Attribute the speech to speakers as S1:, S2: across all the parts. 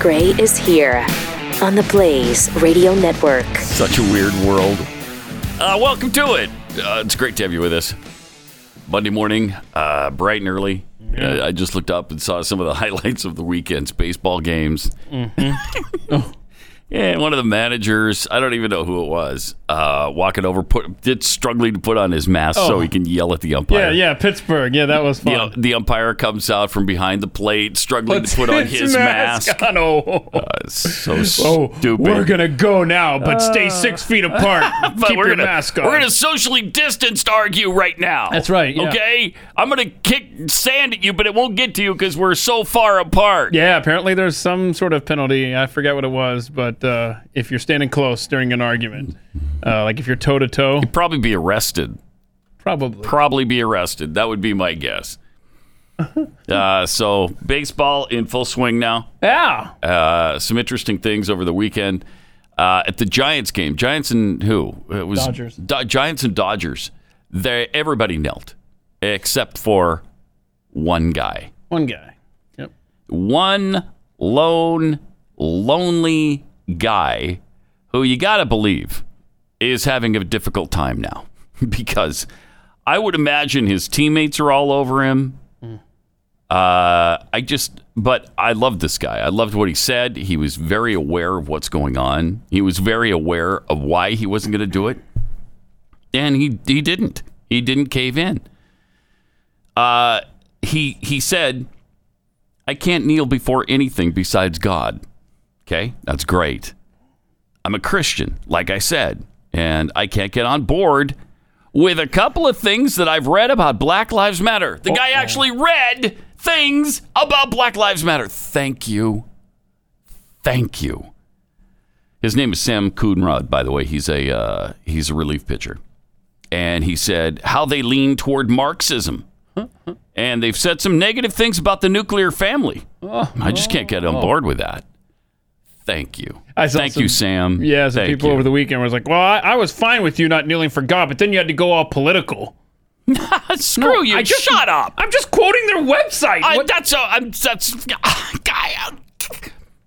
S1: Gray is here on the Blaze Radio Network.
S2: Such a weird world. Uh, welcome to it. Uh, it's great to have you with us. Monday morning, uh, bright and early. Uh, I just looked up and saw some of the highlights of the weekend's baseball games.
S3: Mm-hmm.
S2: And one of the managers, I don't even know who it was, uh, walking over, put did struggling to put on his mask so
S3: Oh.
S2: he can yell at the
S3: Yeah,
S2: umpire.
S3: yeah, Pittsburgh. Yeah, that was fun.
S2: The, uh, the umpire comes out from behind the plate, struggling to put on his mask.
S3: on. Oh,
S2: So
S3: oh
S2: stupid.
S3: we're gonna go now, but stay six feet apart.
S2: But
S3: Keep
S2: we're
S3: your
S2: gonna,
S3: mask on.
S2: We're gonna socially distanced argue right now.
S3: That's right, yeah.
S2: Okay, I'm gonna kick sand at you, but it won't get to you because we're so far apart.
S3: yeah, apparently there's some sort of penalty. I forget what it was, but uh, if you're standing close during an argument, uh, like if you're toe to toe,
S2: Probably be arrested.
S3: probably.
S2: Probably be arrested. That would be my guess. uh, so baseball in full swing now.
S3: Yeah,
S2: Uh, some interesting things over the weekend uh, at the Giants game. Giants and who? It was
S3: Dodgers.
S2: Do- Giants and Dodgers. They everybody knelt except for one guy.
S3: one guy. Yep.
S2: one lone, lonely guy who you got to believe is having a difficult time now because I would imagine his teammates are all over him. Uh, I just, but I loved this guy. I loved what he said. He was very aware of what's going on. He was very aware of why he wasn't going to do it, and he he didn't. He didn't cave in. Uh, he he said I can't kneel before anything besides God. Okay, that's great. I'm a Christian, like I said, and I can't get on board with a couple of things that I've read about Black Lives Matter. The guy actually read things about Black Lives Matter. Thank you. Thank you. His name is Sam Coonrod, by the way. He's a uh, he's a relief pitcher, and he said how they lean toward Marxism and they've said some negative things about the nuclear family. I just can't get on board with that. Thank you.
S3: Oh. I saw
S2: Thank
S3: some-
S2: you, Sam.
S3: Yeah, some
S2: Thank
S3: people
S2: you.
S3: over the weekend was like, "Well, I, I was fine with you not kneeling for God, but then you had to go all political."
S2: Screw you.
S3: I just-
S2: Shut up.
S3: I'm just quoting their website.
S2: I,
S3: What-
S2: that's a, I'm, that's guy.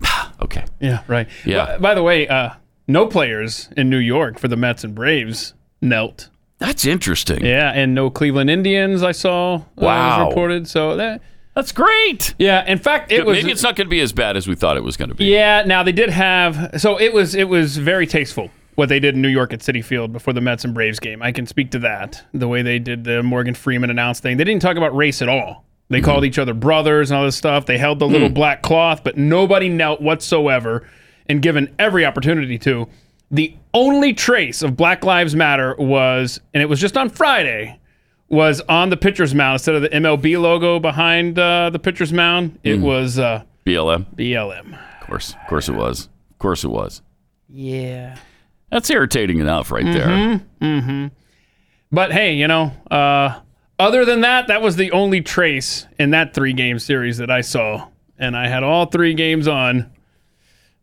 S2: uh, okay.
S3: Yeah, right.
S2: Yeah.
S3: By, by the way, uh, no players in New York for the Mets and Braves knelt.
S2: That's interesting.
S3: Yeah, and no Cleveland Indians. I saw. uh, was
S2: Wow.
S3: reported. So that.
S2: That's great.
S3: Yeah. In fact, it was.
S2: Maybe it's not going to be as bad as we thought it was going to be.
S3: yeah. Now they did have. So it was. It was very tasteful what they did in New York at City Field before the Mets and Braves game. I can speak to that. The way they did the Morgan Freeman announce thing. They didn't talk about race at all. They called each other brothers and all this stuff. They held the little black cloth, but nobody knelt whatsoever, and given every opportunity to. The only trace of Black Lives Matter was, and it was just on Friday, was on the pitcher's mound instead of the MLB logo behind uh, the pitcher's mound. It was uh,
S2: BLM.
S3: BLM.
S2: Of course. Of course it was. Of course it was.
S3: Yeah.
S2: That's irritating enough right
S3: Mm-hmm.
S2: there.
S3: But hey, you know, uh, other than that, that was the only trace in that three game series that I saw. And I had all three games on.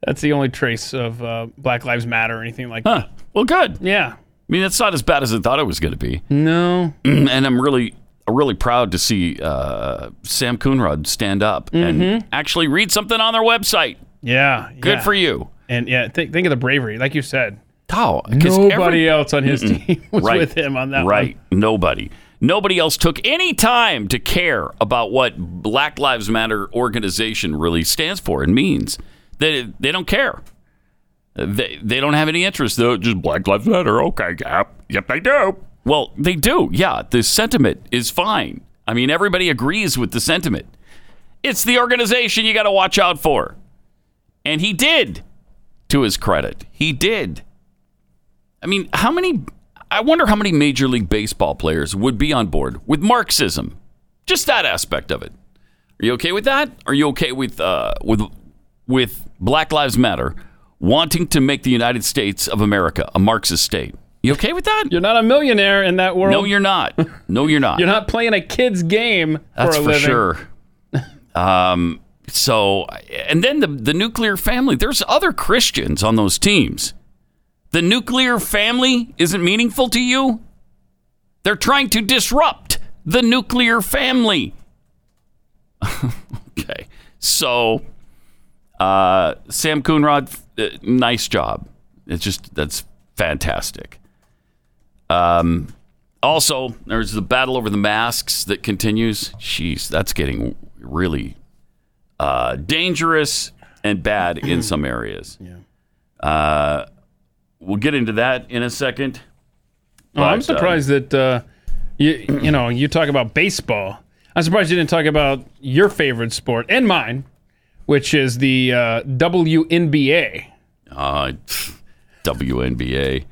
S3: That's the only trace of uh, Black Lives Matter or anything like that.
S2: Huh. Well, good.
S3: Yeah.
S2: I mean, that's not as bad as I thought it was going to be.
S3: No.
S2: and I'm really really proud to see uh, Sam Coonrod stand up and actually read something on their website.
S3: Mm-hmm. Yeah.
S2: Good for you.
S3: And yeah, think think of the bravery, like you said.
S2: How? 'Cause
S3: Nobody
S2: every-
S3: else on his team was
S2: Right.
S3: with him on that one.
S2: right. Nobody. Nobody else took any time to care about what Black Lives Matter organization really stands for and means. They, they don't care. They, they don't have any interest. They're just Black Lives Matter. Okay, yep, yep, they do. Well, they do. Yeah, the sentiment is fine. I mean, everybody agrees with the sentiment. It's the organization you got to watch out for. And he did, to his credit. He did. I mean, how many? I wonder how many Major League Baseball players would be on board with Marxism, just that aspect of it. Are you okay with that? Are you okay with uh, with with Black Lives Matter wanting to make the United States of America a Marxist state? You okay with that?
S3: You're not a millionaire in that world.
S2: no, you're not. No, you're not.
S3: You're not playing a kid's game
S2: That's
S3: for a
S2: for
S3: living.
S2: sure. um, so, and then the the nuclear family. There's other Christians on those teams. The nuclear family isn't meaningful to you. They're trying to disrupt the nuclear family. okay, so Uh, Sam Coonrod, uh, nice job. It's just that's fantastic. Um, also, there's the battle over the masks that continues. Jeez, that's getting really uh, dangerous and bad in some areas. Yeah. Uh, we'll get into that in a second.
S3: Oh, I'm
S2: But, uh,
S3: surprised that uh, you you know you talk about baseball. I'm surprised you didn't talk about your favorite sport and mine, which is the uh, WNBA.
S2: Uh, pff, WNBA,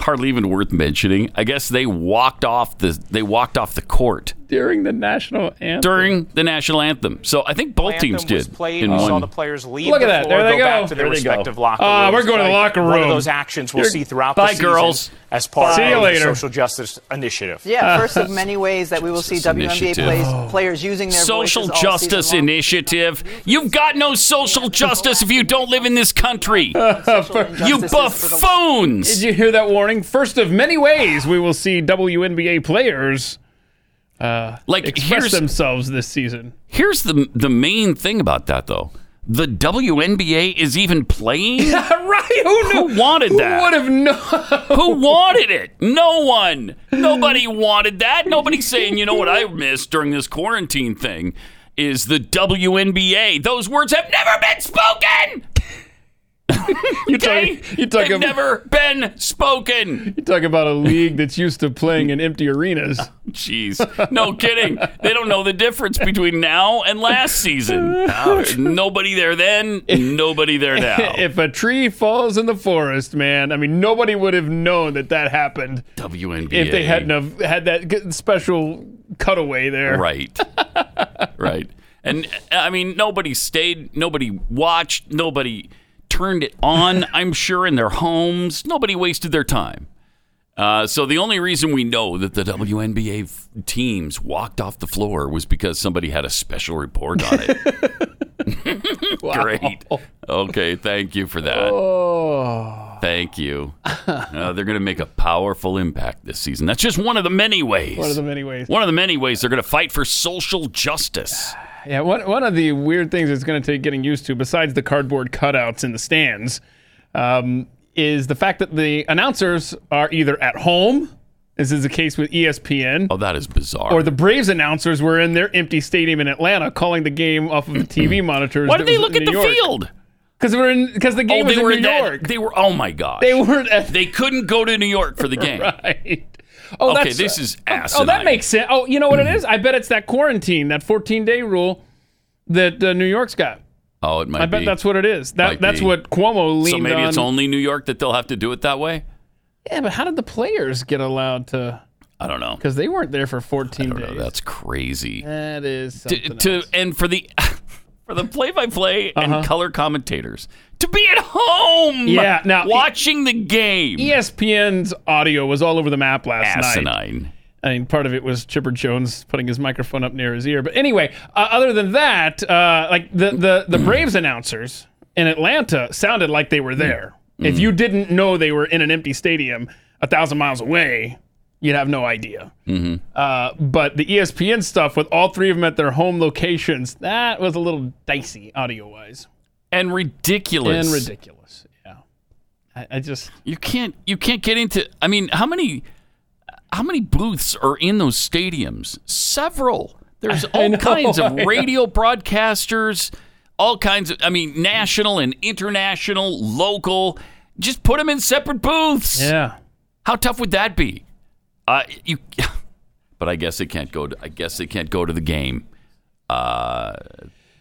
S2: hardly even worth mentioning. I guess they walked off the they walked off the court
S3: during the national anthem.
S2: during the national anthem. So I think both teams
S4: anthem was
S2: did.
S4: played.
S2: in
S4: we
S2: one.
S4: saw the players leave.
S3: Look at
S4: the
S3: that.
S4: floor,
S3: There they go.
S4: go. Back to their
S2: There they go.
S4: respective locker
S3: Ah,
S5: Uh,
S4: rooms.
S3: we're going to the
S4: Like,
S3: locker
S4: One
S3: room.
S4: of those actions we'll
S3: You're-
S4: see throughout
S2: Bye,
S4: the season
S2: girls.
S4: as part
S3: See you
S4: of the
S3: later.
S4: social justice initiative.
S6: Yeah, first of many ways that we will see
S2: Justice
S6: WNBA
S2: initiative.
S6: plays, players using their
S2: Social
S6: voices all season
S2: justice
S6: long.
S2: initiative. You've got no social justice if you don't live in this country.
S6: Social
S2: You
S6: injustices for the-
S3: Did
S2: buffoons.
S3: you hear that warning? First of many ways we will see WNBA players
S2: Like
S3: express
S2: here's
S3: themselves this season.
S2: here's the the main thing about that though. The WNBA is even playing.
S3: right? Who
S2: Who wanted that?
S3: Would have known.
S2: Who wanted it? No one. Nobody wanted that. Nobody's saying, you know what I missed during this quarantine thing is the WNBA. Those words have never been spoken.
S3: You
S2: Okay?
S3: talk, you talk
S2: They've
S3: about
S2: never been spoken.
S3: you talk about a league that's used to playing in empty arenas.
S2: Jeez. No kidding. They don't know the difference between now and last season. Nobody there then, nobody there now.
S3: If a tree falls in the forest, man, I mean nobody would have known that that happened
S2: WNBA.
S3: if they hadn't have had that g- special cutaway there.
S2: Right. right. And I mean, nobody stayed, nobody watched, nobody turned it on, I'm sure, in their homes. Nobody wasted their time. Uh, so the only reason we know that the WNBA f- teams walked off the floor was because somebody had a special report on it. Great. Okay, thank you for that.
S3: Oh.
S2: Thank you. Uh, they're going to make a powerful impact this season. That's just one of the many ways.
S3: One of the many ways.
S2: One of the many ways they're going to fight for social justice.
S3: Yeah, one, one of the weird things it's going to take getting used to, besides the cardboard cutouts in the stands, um, is the fact that the announcers are either at home, as is the case with E ESPN,
S2: Oh, that is bizarre.
S3: or the Braves announcers were in their empty stadium in Atlanta calling the game off of the TV monitors.
S2: Why did they look at the field?
S3: Because we're in because the game
S2: oh,
S3: was
S2: they
S3: in
S2: were
S3: New
S2: in that-
S3: York.
S2: They were. Oh my gosh.
S3: They weren't at
S2: They couldn't go to New York for the game.
S3: right. Oh,
S2: Okay,
S3: that's-
S2: this is
S3: Oh,
S2: asinine.
S3: that makes sense. Oh, you know what it is? I bet it's that quarantine, that 14 day rule that uh, New York's got.
S2: Oh, it might
S3: I bet
S2: be.
S3: that's what it is.
S2: Might
S3: That that's
S2: be.
S3: what Cuomo leaned
S2: so. Maybe
S3: on.
S2: it's only New York that they'll have to do it that way.
S3: yeah, but how did the players get allowed to?
S2: I don't know.
S3: Because they weren't there for 14
S2: I don't know.
S3: days.
S2: That's crazy.
S3: that is something
S2: to
S3: else.
S2: and for the for the play-by-play and color commentators to be at home.
S3: Uh-huh. Yeah, now-
S2: watching the game.
S3: E ESPN's audio was all over the map last night.
S2: Asinine.
S3: I mean, part of it was Chipper Jones putting his microphone up near his ear. But anyway, uh, other than that, uh, like the, the, the Braves announcers in Atlanta sounded like they were there. If you didn't know they were in an empty stadium a thousand miles away, you'd have no idea. Uh, but the ESPN stuff with all three of them at their home locations, that was a little dicey audio wise
S2: And ridiculous.
S3: and ridiculous. Yeah. I, I just,
S2: You can't you can't get into I mean, how many how many booths are in those stadiums? Several. There's all
S3: know,
S2: kinds
S3: I
S2: of
S3: know.
S2: radio broadcasters, all kinds of I mean, national and international, local. Just put them in separate booths.
S3: yeah.
S2: How tough would that be? Uh, you But I guess they can't go to I guess they can't go to the game. Uh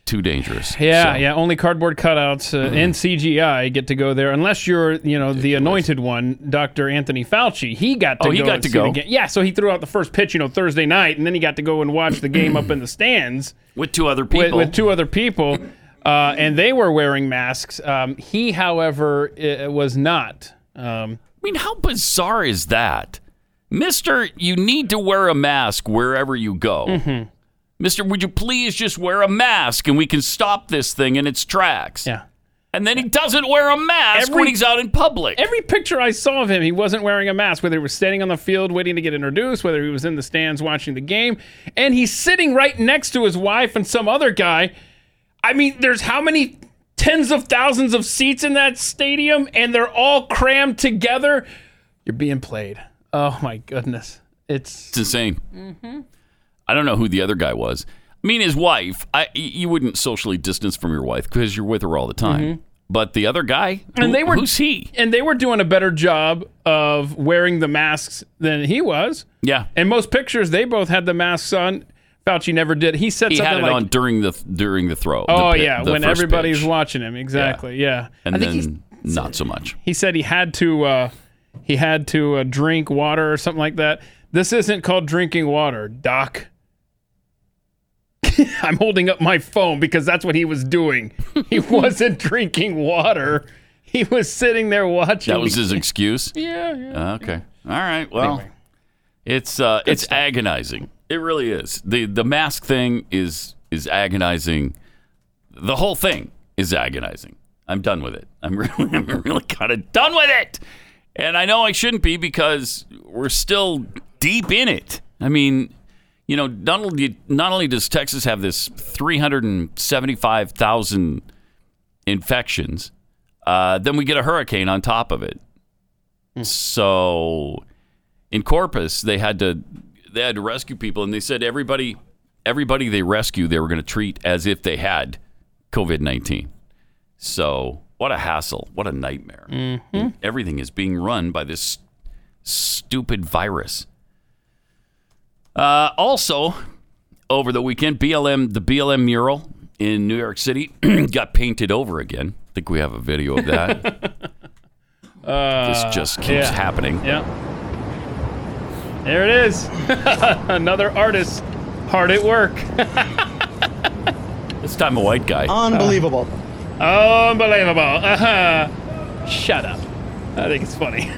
S2: too dangerous.
S3: Yeah,
S2: So, Mm-hmm.
S3: yeah. Only cardboard cutouts uh, and CGI get to go there, unless you're, you know, the anointed one, Dr. Anthony Fauci. He got to
S2: Oh,
S3: go.
S2: he got
S3: and
S2: to
S3: see the
S2: go.
S3: ga- Yeah, so he threw out the first pitch, you know, Thursday night, and then he got to go and watch the game up in the stands
S2: With two other
S3: with,
S2: people.
S3: with two other people, uh, and they were wearing masks. Um, he, however, i was not. Um,
S2: I mean, how bizarre is that? Mister, you need to wear a mask wherever you go.
S3: Mm-hmm.
S2: Mister, would you please just wear a mask and we can stop this thing in its tracks?
S3: yeah.
S2: And then he doesn't wear a mask
S3: Every-
S2: when he's out in public.
S3: Every picture I saw of him, he wasn't wearing a mask, whether he was standing on the field waiting to get introduced, whether he was in the stands watching the game. And he's sitting right next to his wife and some other guy. I mean, there's how many tens of thousands of seats in that stadium and they're all crammed together, you're being played. Oh my goodness. It's
S2: It's insane. I don't know who the other guy was. I mean, his wife. I y- you wouldn't socially distance from your wife because you're with her all the time. But the other guy, who-
S3: Mm-hmm. and they were
S2: who's he?
S3: And they were doing a better job of wearing the masks than he was.
S2: Yeah,
S3: In most pictures, they both had the masks on. Fauci never did. He said
S2: he
S3: something
S2: had it
S3: like,
S2: on during the during the throw. the
S3: "Oh
S2: pit-
S3: yeah,"
S2: the
S3: when
S2: first
S3: everybody's
S2: pitch.
S3: watching him. Exactly. Yeah.
S2: and
S3: I think he's-
S2: then not so much.
S3: he said he had to uh, he had to uh, drink water or something like that. This isn't called drinking water, Doc. I'm holding up my phone because that's what he was doing. He wasn't drinking water. He was sitting there watching.
S2: That was
S3: the-
S2: his excuse. Ah,
S3: yeah, yeah.
S2: Okay. All right. Well, it's uh, it's agonizing. It really is. the The mask thing is is agonizing. The whole thing is agonizing. I'm done with it. I'm really, I'm really kind of done with it. And I know I shouldn't be because we're still deep in it. I mean, you know, not only, not only does Texas have this 375,000 infections, uh, then we get a hurricane on top of it. So in Corpus, they had to they had to rescue people, and they said everybody everybody they rescue they were going to treat as if they had COVID nineteen. So what a hassle! What a nightmare! And Everything is being run by this stupid virus. Uh, also, over the weekend, BLM the BLM mural in New York City got painted over again. I think we have a video of that. Uh, this just keeps
S3: yeah.
S2: happening.
S3: Yeah. There it is. Another artist hard at work.
S2: This time a white guy.
S7: Unbelievable.
S3: Unbelievable. Uh-huh. Shut up. I think it's funny.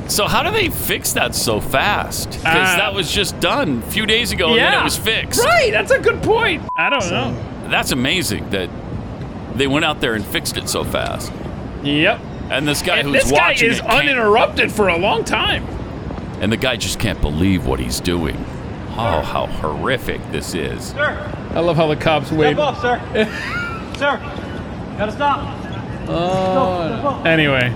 S2: So how do they fix that so fast? Because
S3: Uh,
S2: that was just done a few days ago, and then
S3: Yeah.
S2: it was fixed.
S3: right, that's a good point. I don't know.
S2: That's amazing that they went out there and fixed it so fast.
S3: Yep.
S2: And this guy
S3: And
S2: who's
S3: this guy
S2: watching
S3: is
S2: it can't-
S3: uninterrupted for a long time.
S2: and the guy just can't believe what he's doing. Oh, how horrific this is!
S3: I love how the cops wait.
S8: sir. sir, gotta stop.
S2: Uh,
S3: Anyway,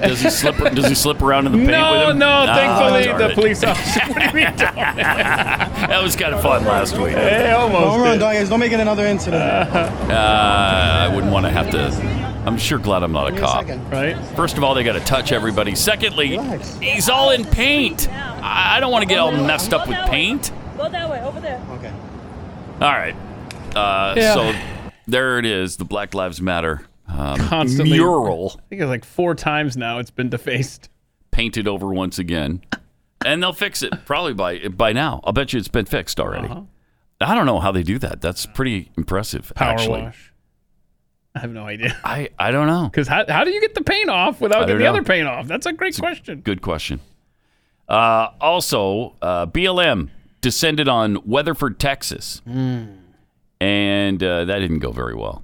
S2: Does he slip? does he slip around in the paint with
S3: no,
S2: him?
S3: no.
S2: Ah,
S3: Thankfully,
S2: darn
S3: the
S2: it.
S3: police officer. what do you mean? Don't?
S2: That was kind of fun last week.
S3: They
S7: Don't
S3: almost.
S7: ruin
S3: Did.
S7: Dodgers. Don't make it another incident.
S2: Uh, I wouldn't want to have to. I'm sure glad I'm not a
S7: Give me a
S2: cop.
S7: second.
S3: Right?
S2: First of all, they got to touch everybody. Secondly,
S7: Relax.
S2: he's all in paint. I I don't want to get all messed up with paint.
S9: Go that way, over there.
S7: Okay.
S2: All right. Uh,
S3: Yeah.
S2: So there it is, the Black Lives Matter um,
S3: Constantly.
S2: mural
S3: I think it's like four times now it's been defaced.
S2: painted over once again, and they'll fix it probably by by now. I'll bet you it's been fixed already.
S3: Uh-huh.
S2: I don't know how they do that. That's pretty impressive.
S3: Power
S2: actually,
S3: wash. I have no idea.
S2: I I don't know.
S3: Because how, how do you get the paint off
S2: I
S3: without
S2: don't
S3: getting the
S2: know.
S3: other paint off? That's a great question.
S2: Good question. Uh, also, uh, BLM descended on Weatherford, Texas,
S3: Hmm.
S2: and uh, that didn't go very well.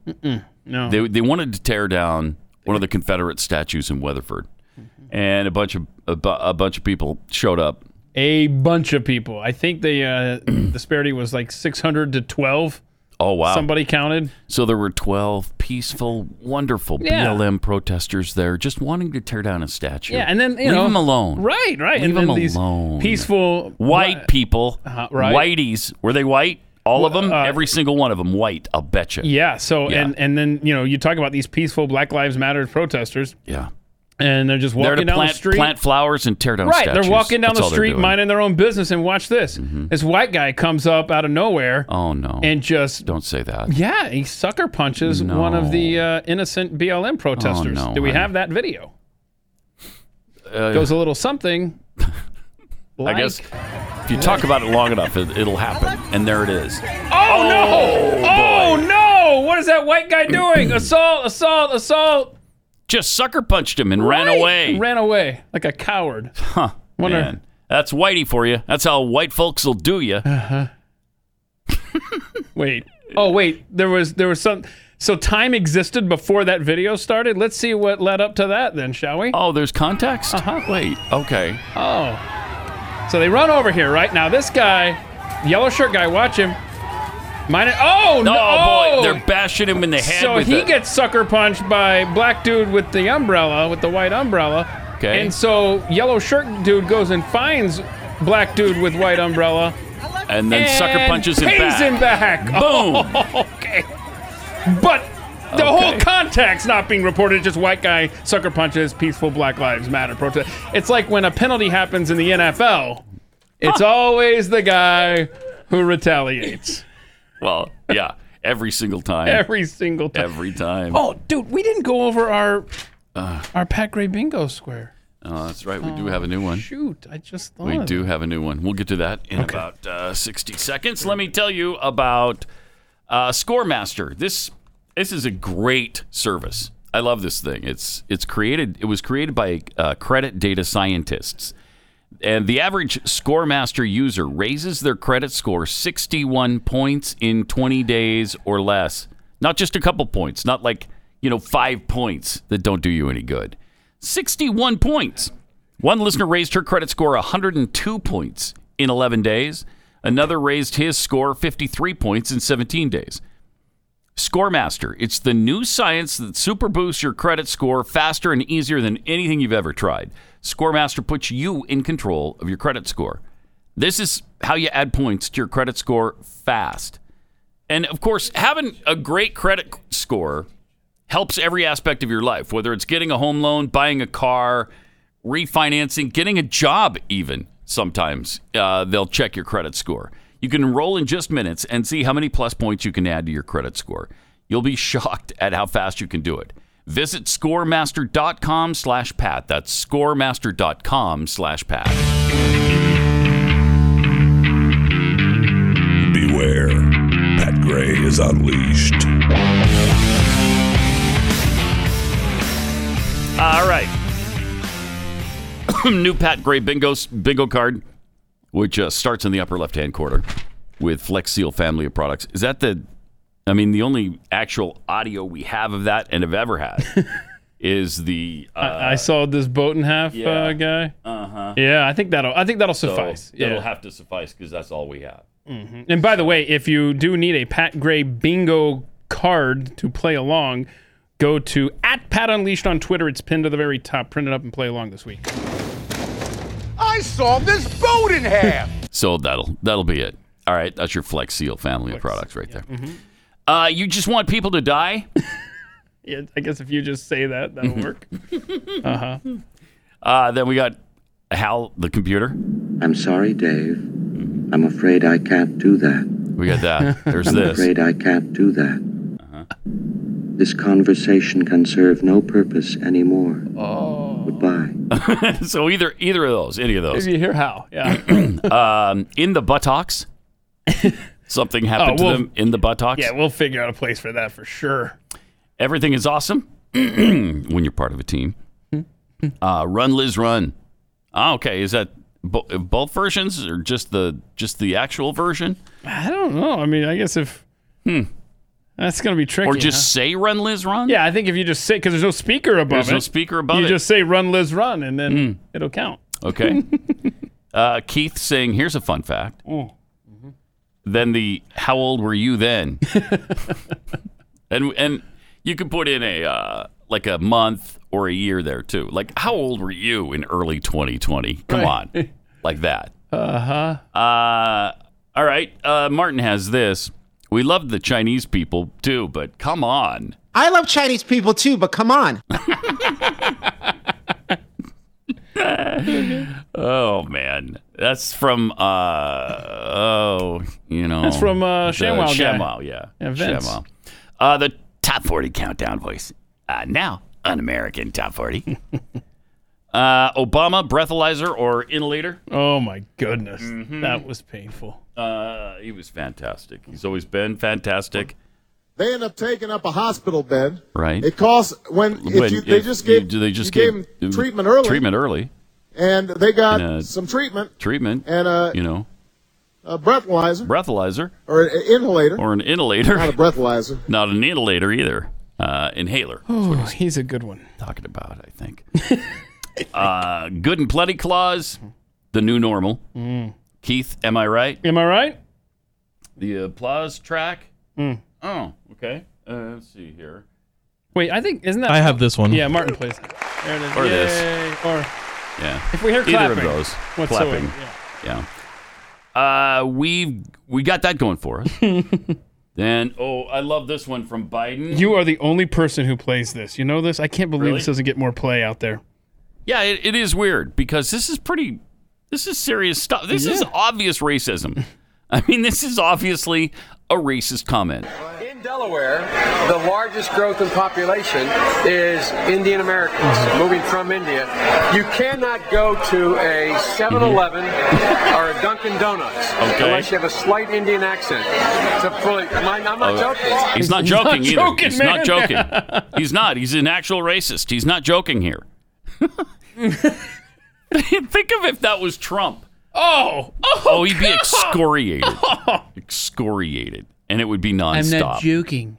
S3: No.
S2: They they wanted to tear down one of the Confederate statues in Weatherford,
S3: Mm-hmm.
S2: and a bunch of a, bu- a bunch of people showed up.
S3: a bunch of people. I think the uh, disparity was like 600 to 12.
S2: Oh wow!
S3: Somebody counted.
S2: So there were twelve peaceful, wonderful
S3: Yeah.
S2: BLM protesters there, just wanting to tear down a statue.
S3: Yeah, and then you
S2: leave
S3: know,
S2: them alone.
S3: Right, right.
S2: Leave
S3: and then
S2: them
S3: these
S2: alone.
S3: peaceful
S2: White people,
S3: Uh-huh, right.
S2: whiteys. Were they white? All of them,
S3: Uh,
S2: every single one of them, white. I'll bet you.
S3: Yeah. So
S2: Yeah.
S3: and and then you know you talk about these peaceful Black Lives Matter protesters,
S2: yeah.
S3: and they're just
S2: They're
S3: walking
S2: to
S3: down
S2: plant,
S3: the street.
S2: plant flowers and tear down
S3: right.
S2: statues.
S3: They're walking down
S2: That's
S3: the
S2: all they're
S3: street,
S2: doing. Mm-hmm.
S3: minding their own business, and watch this. This white guy comes up out of nowhere
S2: Oh no!
S3: and just.
S2: don't say that.
S3: yeah, he sucker punches one of the uh, innocent BLM protesters.
S2: Oh, no,
S3: Do we
S2: honey.
S3: have that video?
S2: Uh,
S3: Goes a little something.
S2: I guess if you talk about it long enough, it, it'll happen. And there it is.
S3: Oh, no! Oh no! What is that white guy doing? assault! Assault! Assault!
S2: Just sucker punched him and ran
S3: Right.
S2: away.
S3: Ran away like a coward.
S2: huh.
S3: Wonder-
S2: Man, that's whitey for you. That's how white folks will do you.
S3: Uh. Wait. Oh wait. There was there was some. So time existed before that video started. Let's see what led up to that then, shall we?
S2: oh, there's context?
S3: Uh-huh.
S2: Wait, okay.
S3: Oh. So they run over here right now. This guy, yellow shirt guy, watch him. Mine, oh, no.
S2: Oh boy, they're bashing him in the head.
S3: so
S2: with
S3: he
S2: a-
S3: gets sucker punched by black dude with the umbrella, with the white umbrella.
S2: Okay.
S3: And so yellow shirt dude goes and finds black dude with white umbrella.
S2: and then sucker
S3: and
S2: punches him
S3: pings
S2: back.
S3: him back.
S2: Boom.
S3: Oh. okay. But the
S2: Okay.
S3: whole context not being reported, just white guy sucker punches, peaceful Black Lives Matter protest. It's like when a penalty happens in the NFL, it's always the guy who retaliates
S2: well, yeah, every single time.
S3: every single time.
S2: Every time.
S3: oh, dude, we didn't go over our our Pat Gray bingo square.
S2: Oh, that's right. We do have a new one.
S3: Shoot, I just thought
S2: We
S3: of
S2: do have a new one. We'll get to that in about uh, 60 seconds. Let me tell you about uh, Scoremaster. This this is a great service. I love this thing. It's it's created. It was created by uh, credit data scientists, and the average Scoremaster user raises their credit score 61 points in 20 days or less. Not just a couple points. Not like you know five points that don't do you any good. 61 points. One listener raised her credit score 102 points in 11 days. Another raised his score 53 points in 17 days. Scoremaster, it's the new science that super boosts your credit score faster and easier than anything you've ever tried. Scoremaster puts you in control of your credit score. This is how you add points to your credit score fast. And of course, having a great credit score helps every aspect of your life, whether it's getting a home loan, buying a car, refinancing, getting a job, even sometimes uh, they'll check your credit score. You can enroll in just minutes and see how many plus points you can add to your credit score. You'll be shocked at how fast you can do it. Visit scoremaster.com slash Pat. That's scoremaster.com slash Pat.
S7: Beware. Pat Gray is unleashed.
S2: All right. New Pat Gray bingo, bingo card, which uh, starts in the upper left hand corner with Flex Seal family of products. Is that the, I mean, the only actual audio we have of that and have ever had is the. Uh,
S3: I saw this boat in half uh, guy. Uh huh. Yeah, I think that'll I think that'll suffice.
S2: Uh-huh. so
S3: yeah.
S2: That'll have to suffice because that's all we have.
S3: And by the way, if you do need a Pat Gray bingo card to play along, go to at Pat Unleashed on Twitter. It's pinned to the very top. Print it up and play along this week.
S9: I saw this boat in half.
S2: So that'll that'll be it. All right, that's your Flex Seal family of products right there. Uh, you just want people to die?
S3: Yeah, I guess if you just say that, that'll work.
S2: Uh, then we got Hal the computer.
S10: I'm sorry, Dave. I'm afraid I can't do that.
S2: We got that. There's
S10: I'm
S2: this.
S10: afraid I can't do that.
S2: Uh-huh.
S10: This conversation can serve no purpose anymore. Oh. Goodbye.
S2: So either either of those, any of those,
S3: you hear how? Yeah.
S2: um, in the buttocks, something happened
S3: Oh, well-
S2: to them in the buttocks.
S3: yeah, we'll figure out a place for that for sure.
S2: Everything is awesome when you're part of a team.
S3: Hmm.
S2: Uh, run, Liz, run. Ah, okay, is that bo- both versions or just the just the actual version,
S3: I don't know. I mean, I guess if hmm. that's gonna be tricky.
S2: or just
S3: huh?
S2: say run, Liz, run?
S3: yeah, I think if you just say because there's no speaker above
S2: there's no
S3: it, Hmm.
S2: speaker above
S3: you
S2: it.
S3: just say "Run, Liz, run," and then it'll count.
S2: Okay. uh, Keith saying, "Here's a fun fact." Then the "How old were you then?" and and you can put in a uh, like a month or a year there too. Like, how old were you in early 2020? Come on, like that. Uh-huh. All right. Uh, Martin has this. We love the Chinese people too, but come on.
S11: I love Chinese people too, but come on.
S2: Oh man, that's from uh oh you know that's
S3: from, uh, Shamwow guy.
S2: Shamwow, yeah,
S3: Yeah, Vince.
S2: Shamwow. Uh, the top forty countdown voice uh, now un-American top forty. uh, Obama breathalyzer or inhalator.
S3: Oh my goodness, Mm-hmm. that was painful.
S2: Uh, he was fantastic. He's always been fantastic,
S9: They end up taking up a hospital bed.
S2: right?
S9: It costs when,
S2: When-
S9: if you, they
S2: if
S9: just
S2: you-
S9: gave
S2: they just
S9: you
S2: gave,
S9: gave 'em treatment early,
S2: Treatment early,
S9: and they got
S2: And, uh,
S9: some treatment,
S2: treatment,
S9: And, uh,
S2: you know
S9: a breathalyzer
S2: breathalyzer
S9: or an inhalator,
S2: or an inhalator.
S9: not a breathalyzer.
S2: Not an inhalator either. Uh, inhaler.
S3: Oh, he's a good one.
S2: talking about, I think. uh, good and plenty clause, the new normal. Keith, am I right?
S3: Am I right?
S2: The applause track. Oh, okay. Uh, let's see here.
S3: Wait, I think isn't that?
S12: I have this one.
S3: Yeah, Martin plays. it. There it is.
S2: Or this.
S3: Yay. Or
S2: Yeah.
S3: If we hear
S2: either
S3: clapping
S2: of those,
S3: whatsoever,
S2: clapping. Yeah. Uh, we we got that going for us. then oh, I love this one from Biden.
S3: you are the only person who plays this. You know this? I can't believe
S2: Really?
S3: this doesn't get more play out there.
S2: Yeah, it, it is weird because this is pretty. This is serious stuff. This is obvious racism. I mean, this is obviously a racist comment.
S13: In Delaware, the largest growth in population is Indian Americans
S2: Mm-hmm.
S13: moving from India. You cannot go to a 7 Eleven or a Dunkin' Donuts
S2: Mm-hmm. Okay.
S13: unless you have a slight Indian accent. It's a fully, am I- I'm not
S2: Oh,
S13: joking.
S2: He's not joking either. he's not joking. he's not. He's an actual racist. He's not joking here. Think of if that was Trump.
S3: Oh, oh,
S2: he'd be excoriated, excoriated, and it would be nonstop.
S3: joking.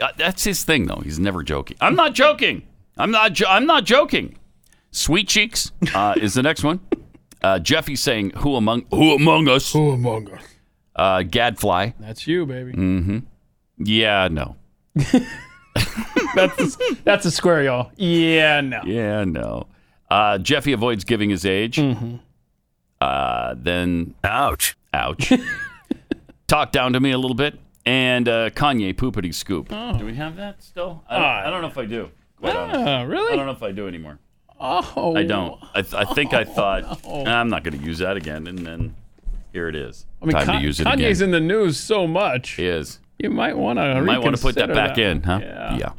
S2: Uh, that's his thing, though. He's never joking. I'm not joking. I'm not. Jo- I'm not joking. Sweet cheeks uh, is the next one. Uh, Jeffy's saying, "Who among who among us? Who
S3: among us?
S2: Uh, Gadfly.
S3: That's you, baby.
S2: Mm-hmm. Yeah, no.
S3: that's a, that's a square, y'all. Yeah, no.
S2: Yeah, no. Uh, Jeffy avoids giving his age.
S3: Mm-hmm.
S2: Uh, then ouch, ouch. Talk down to me a little bit, and uh, Kanye poopity scoop.
S3: Oh.
S2: Do we have that still? I don't, I don't know if I do. Quite honest.
S3: Ah. Uh, really?
S2: I don't know if I do anymore.
S3: Oh,
S2: I don't. I, th- I think I thought "Ah, I'm not going to use that again, and then here it is.
S3: I mean,
S2: Time
S3: Kan-
S2: to use it
S3: Kanye's
S2: again.
S3: in the news so much.
S2: He is.
S3: You might want to.
S2: You might want to put that back in, huh?
S3: Yeah.
S2: yeah.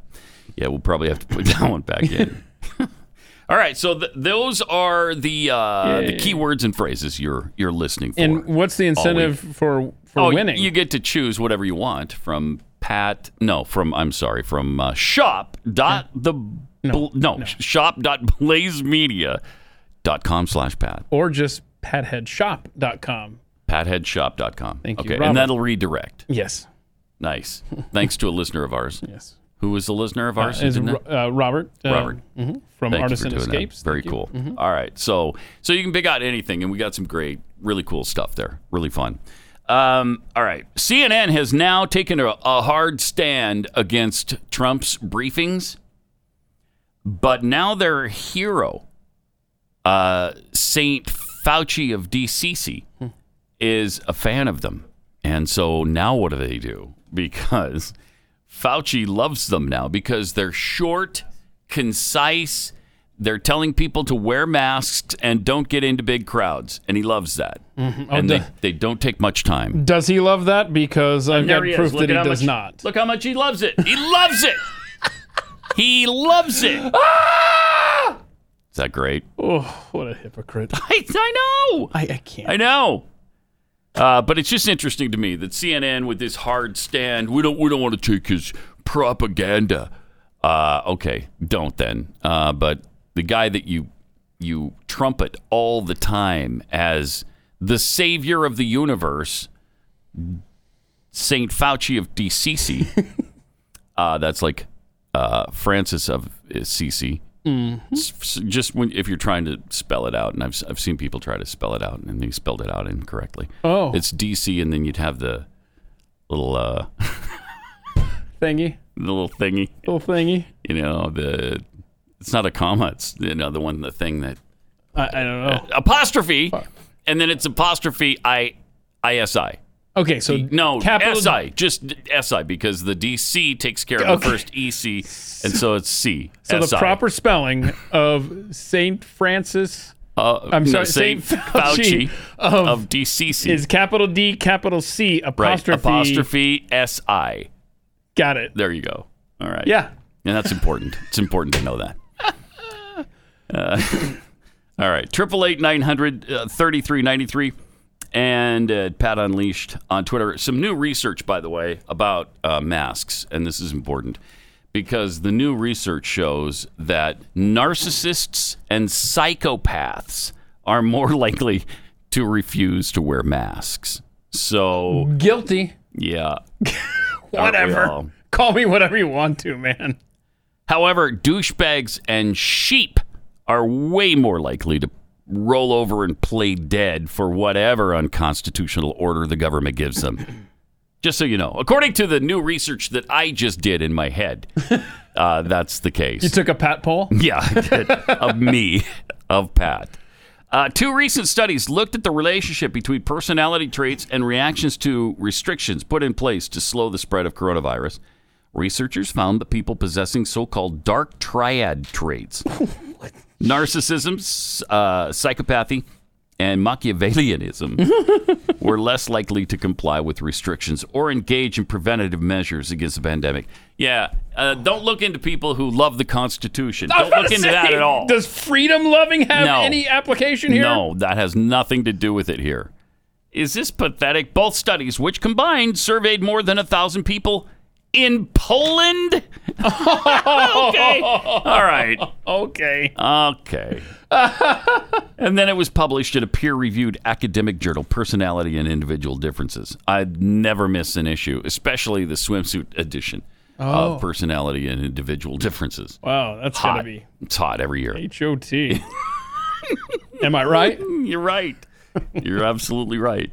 S2: Yeah, we'll probably have to put that one back in. All right, so th- those are the uh, the
S3: Yeah.
S2: keywords and phrases you're you're listening for.
S3: And what's the
S2: all
S3: incentive
S2: week.
S3: for for
S2: oh, y-
S3: winning?
S2: you get to choose whatever you want from Pat. No, from I'm sorry, from uh, shop dot the no, no, shop dot blazemedia.com slash pat
S3: or just patheadshop.com.
S2: patheadshop.com. Thank
S3: you,
S2: Okay,
S3: Robert.
S2: and that'll redirect.
S3: Yes.
S2: Nice. Thanks to a listener of ours.
S3: Yes.
S2: Who was a listener of ours?
S3: Uh, is
S2: Didn't
S3: Ro-
S2: it?
S3: uh, Robert. uh,
S2: Robert.
S3: mhm, from
S2: Thank you for
S3: Artisan
S2: doing that.
S3: Escapes.
S2: Very
S3: Thank you.
S2: cool.
S3: Mhm.
S2: All right. So so you can pick out anything, and we got some great, really cool stuff there. Really fun. Um, all right. CNN has now taken a, a hard stand against Trump's briefings, but now their hero, uh, Saint Fauci of DCC,
S3: Hmm.
S2: is a fan of them. And so now what do they do? Because Fauci loves them now because they're short, concise. They're telling people to wear masks and don't get into big crowds. And he loves that.
S3: Mhm. Oh,
S2: and they,
S3: duh.
S2: they don't take much time.
S3: Does he love that? Because I've got
S2: there he is.
S3: proof
S2: Look
S3: that he
S2: at how
S3: does
S2: much-
S3: not.
S2: Look how much he loves it. He loves it. he loves it. Ah! Is that great?
S3: Oh, what a hypocrite.
S2: I, I know.
S3: I, I can't.
S2: I know. Uh, but it's just interesting to me that CNN with this hard stand, we don't we don't want to take his propaganda. Uh, okay, don't then. Uh, but the guy that you you trumpet all the time as the savior of the universe, Saint Fauci of DCC. uh, that's like uh, Francis of uh, Assisi. S- s- Just when if you're trying to spell it out, and I've s- I've seen people try to spell it out, and they spelled it out incorrectly.
S3: Oh.
S2: it's DC, and then you'd have the little uh,
S3: Thingy.
S2: the little thingy,
S3: Little thingy.
S2: you know the. It's not a comma. It's you know the one the thing that
S3: I, I don't know.
S2: apostrophe, and then it's apostrophe i i s i.
S3: Okay, so
S2: No,
S3: capital
S2: SI, just SI because the DC takes care of
S3: Okay.
S2: the first EC, and so it's C.
S3: So the
S2: SI.
S3: proper spelling of Saint Francis.
S2: Uh,
S3: I'm
S2: no,
S3: sorry,
S2: Saint
S3: Saint Fauci,
S2: Fauci
S3: of,
S2: of DCC.
S3: is capital D, capital C,
S2: right.
S3: apostrophe.
S2: Apostrophe SI.
S3: Got it.
S2: There you go. All right.
S3: Yeah.
S2: And that's important. it's important to know that. Uh, all right. Triple eight nine hundred thirty three ninety three, and uh, Pat Unleashed on Twitter. Some new research, by the way, about uh, masks, and this is important because the new research shows that narcissists and psychopaths are more likely to refuse to wear masks. So
S3: Guilty.
S2: yeah. Aren't we all?
S3: Whatever. Call me whatever you want to, man.
S2: However, douchebags and sheep are way more likely to roll over and play dead for whatever unconstitutional order the government gives them. Just so you know, according to the new research that I just did in my head, uh, that's the case.
S3: You took a pat poll?
S2: Yeah, of me, of Pat. Uh, two recent studies looked at the relationship between personality traits and reactions to restrictions put in place to slow the spread of coronavirus. Researchers found that people possessing so called dark triad traits narcissism, s- uh, psychopathy, and Machiavellianism were less likely to comply with restrictions or engage in preventative measures against the pandemic. Yeah, uh, don't look into people who love the Constitution.
S3: I was
S2: Don't
S3: about
S2: look
S3: to
S2: into
S3: say,
S2: that at all.
S3: Does freedom loving have
S2: No.
S3: any application here?
S2: No, that has nothing to do with it here. Is this pathetic? Both studies, which combined surveyed more than a thousand people in Poland. okay. All right.
S3: Okay.
S2: Uh, Okay. and then it was published in a peer reviewed academic journal, Personality and Individual Differences. I'd never miss an issue, especially the swimsuit edition
S3: Oh.
S2: of Personality and Individual Differences.
S3: Wow, that's
S2: hot.
S3: gonna be
S2: It's hot every year.
S3: H O T. Am I right?
S2: You're right. You're absolutely right.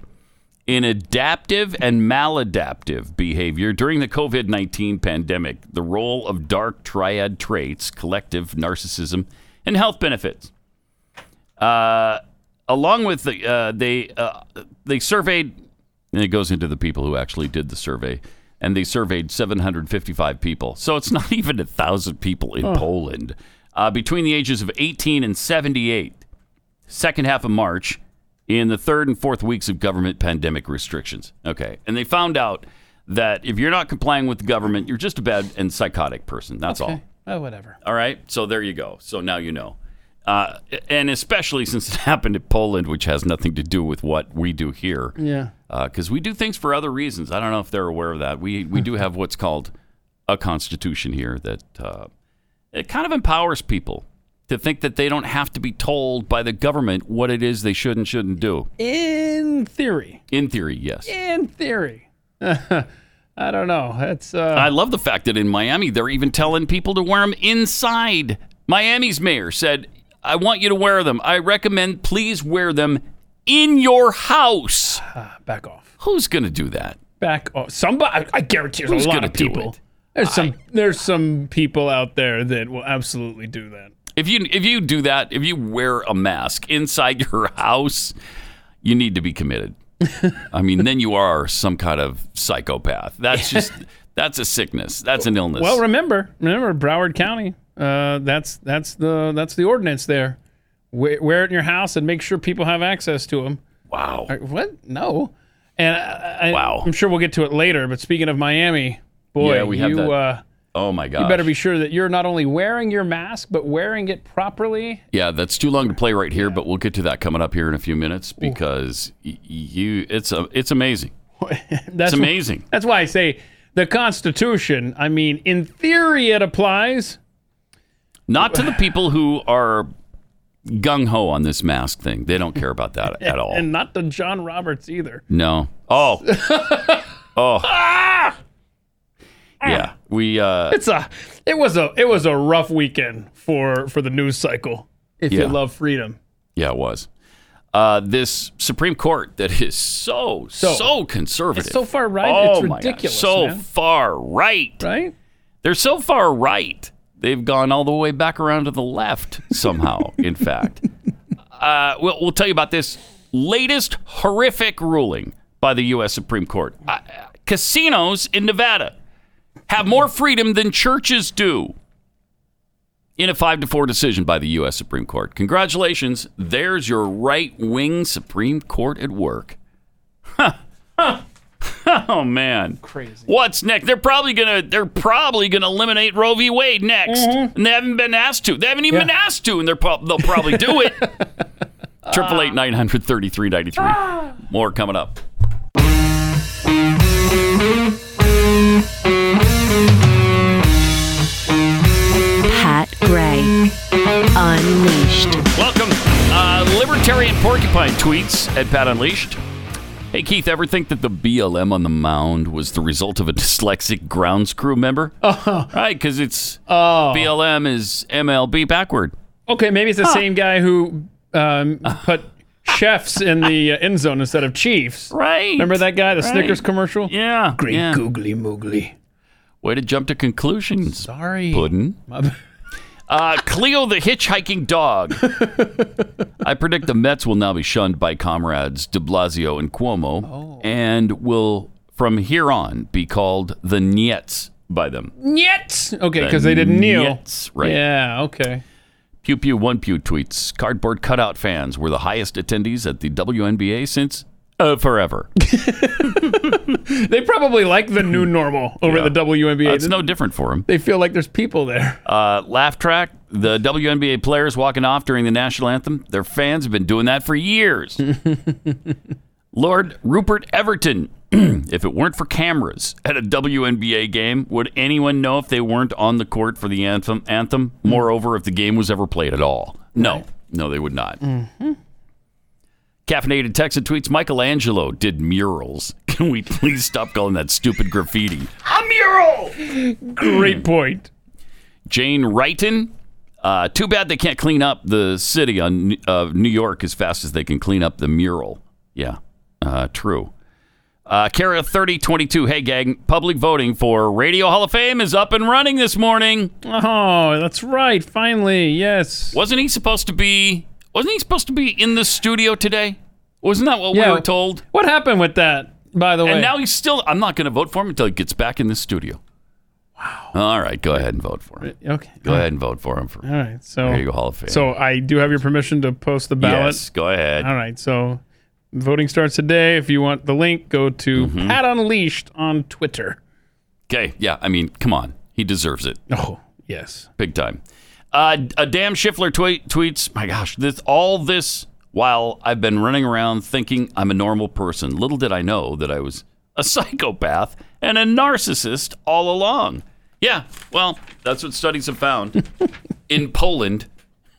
S2: In adaptive and maladaptive behavior during the COVID 19 pandemic, the role of dark triad traits, collective narcissism, and health benefits. Uh, along with the, uh, they, uh, they surveyed, and it goes into the people who actually did the survey, and they surveyed 755 people. So it's not even a 1,000 people in Poland uh, between the ages of 18 and 78 second half of March in the third and fourth weeks of government pandemic restrictions. Okay. And they found out that if you're not complying with the government, you're just a bad and psychotic person. That's all.
S3: Oh, whatever.
S2: All right. So there you go. So now you know. Uh, and especially since it happened in Poland, which has nothing to do with what we do here.
S3: Yeah.
S2: Because we do things for other reasons. I don't know if they're aware of that. We, we do have what's called a constitution here that uh, it kind of empowers people to think that they don't have to be told by the government what it is they should and shouldn't do.
S3: In theory.
S2: In theory, yes.
S3: In theory. I don't know. That's uh,
S2: I love the fact that in Miami, they're even telling people to wear them inside. Miami's mayor said, I want you to wear them. I recommend please wear them in your house.
S3: back off.
S2: Who's going to do that?
S3: Back off. Somebody. I guarantee there's
S2: Who's
S3: a lot
S2: gonna
S3: of
S2: do
S3: people.
S2: it?
S3: There's some. There's some people out there that will absolutely do that.
S2: If you if you do that, if you wear a mask inside your house, you need to be committed. I mean, then you are some kind of psychopath. That's just that's a sickness. That's an illness.
S3: Well, Oh, remember, remember Broward County. Uh, that's that's the that's the ordinance there. Wear, wear it in your house and make sure people have access to them.
S2: wow.
S3: What? No. And I, I,
S2: Wow.
S3: I'm sure we'll get to it later. But speaking of Miami, boy,
S2: Yeah, we have
S3: you
S2: that.
S3: uh,
S2: Oh my god.
S3: you better be sure that you're not only wearing your mask but wearing it properly.
S2: Yeah, that's too long to play right here, but we'll get to that coming up here in a few minutes because y- you it's a, it's amazing. It's
S3: That's wh-
S2: amazing.
S3: that's why I say the Constitution. I mean, in theory, it applies.
S2: Not to the people who are gung ho on this mask thing. They don't care about that at all.
S3: And not to John Roberts either.
S2: No. Oh. oh. Yeah. We uh
S3: Ah! It's a it was a it was a rough weekend for for the news cycle. If
S2: Yeah.
S3: you love freedom.
S2: yeah, it was. Uh this Supreme Court that is so so,
S3: So-
S2: conservative.
S3: It's so far right,
S2: Oh
S3: it's
S2: my God,
S3: ridiculous,
S2: So
S3: man.
S2: far right.
S3: Right?
S2: They're so far right. They've gone all the way back around to the left somehow, in fact. Uh, we'll, we'll tell you about this latest horrific ruling by the U.S. Supreme Court. Uh, casinos in Nevada have more freedom than churches do in a 5 to 4 decision by the U.S. Supreme Court. Congratulations. There's your right wing Supreme Court at work. Oh man, crazy! What's next? They're probably gonna they're probably gonna eliminate Roe v. Wade next,
S3: Mm-hmm.
S2: and they haven't been asked to. They haven't even been asked to, and they're prob- they'll probably do it. Triple eight nine hundred thirty three ninety three.
S3: Ah.
S2: More coming up.
S1: Pat Gray. Unleashed.
S2: Welcome, uh, Libertarian Porcupine tweets at Pat Unleashed. Hey Keith, ever think that the BLM on the mound was the result of a dyslexic grounds crew member?
S3: Uh-huh.
S2: Oh. Right, because
S3: Oh.
S2: it's BLM is MLB backward.
S3: Okay, maybe it's the same guy who um, put chefs in the uh, end zone instead of chiefs.
S2: Right.
S3: Remember that guy, the
S2: Right.
S3: Snickers commercial?
S2: Yeah.
S3: Great
S2: yeah.
S3: googly moogly.
S2: Way to jump to conclusions.
S3: Sorry.
S2: Puddin. Uh, Cleo the hitchhiking dog. I predict the Mets will now be shunned by comrades de Blasio and Cuomo and will, from here on, be called the Niets by them.
S3: Nyet. Okay,
S2: The
S3: because they didn't kneel.
S2: Niets, right.
S3: Yeah. Okay.
S2: Pew Pew One Pew tweets Cardboard cutout fans were the highest attendees at the WNBA since uh, forever.
S3: They probably like the new normal over
S2: Yeah.
S3: the WNBA.
S2: It's no different for them.
S3: they feel like there's people there.
S2: Uh, laugh track. The WNBA players walking off during the national anthem. Their fans have been doing that for years. Lord Rupert Everton. if it weren't for cameras at a WNBA game, would anyone know if they weren't on the court for the anthem? Anthem. Moreover, if the game was ever played at all, no, no, they would not. Caffeinated Texan tweets: Michelangelo did murals. Can we please stop calling that stupid graffiti?
S8: A mural!
S2: Hmm.
S3: Great point.
S2: Jane Wrighton. Uh, too bad they can't clean up the city on of New York as fast as they can clean up the mural. Yeah, uh, true. Uh, Kara thirty twenty two. Hey gang, public voting for Radio Hall of Fame is up and running this morning.
S3: Oh, that's right. Finally, yes.
S2: Wasn't he supposed to be? Wasn't he supposed to be in the studio today? Wasn't that what we were told?
S3: What happened with that? By the way,
S2: And now he's still. I'm not going to vote for him until he gets back in the studio. Wow. All right, go ahead and vote for him.
S3: okay.
S2: Go ahead and vote for him for
S3: All right. So
S2: There you go, Hall of Fame.
S3: So I do have your permission to post the ballot.
S2: Yes, go ahead.
S3: All right. So voting starts today. If you want the link, go to
S2: Mm-hmm.
S3: Pat Unleashed on Twitter.
S2: Okay, yeah, I mean, come on. He deserves it
S3: Oh, yes.
S2: big time. Uh, a damn Schiffler tweet, tweets, my gosh, this all this while I've been running around thinking I'm a normal person. Little did I know that I was a psychopath and a narcissist all along. Yeah, well, that's what studies have found. In Poland,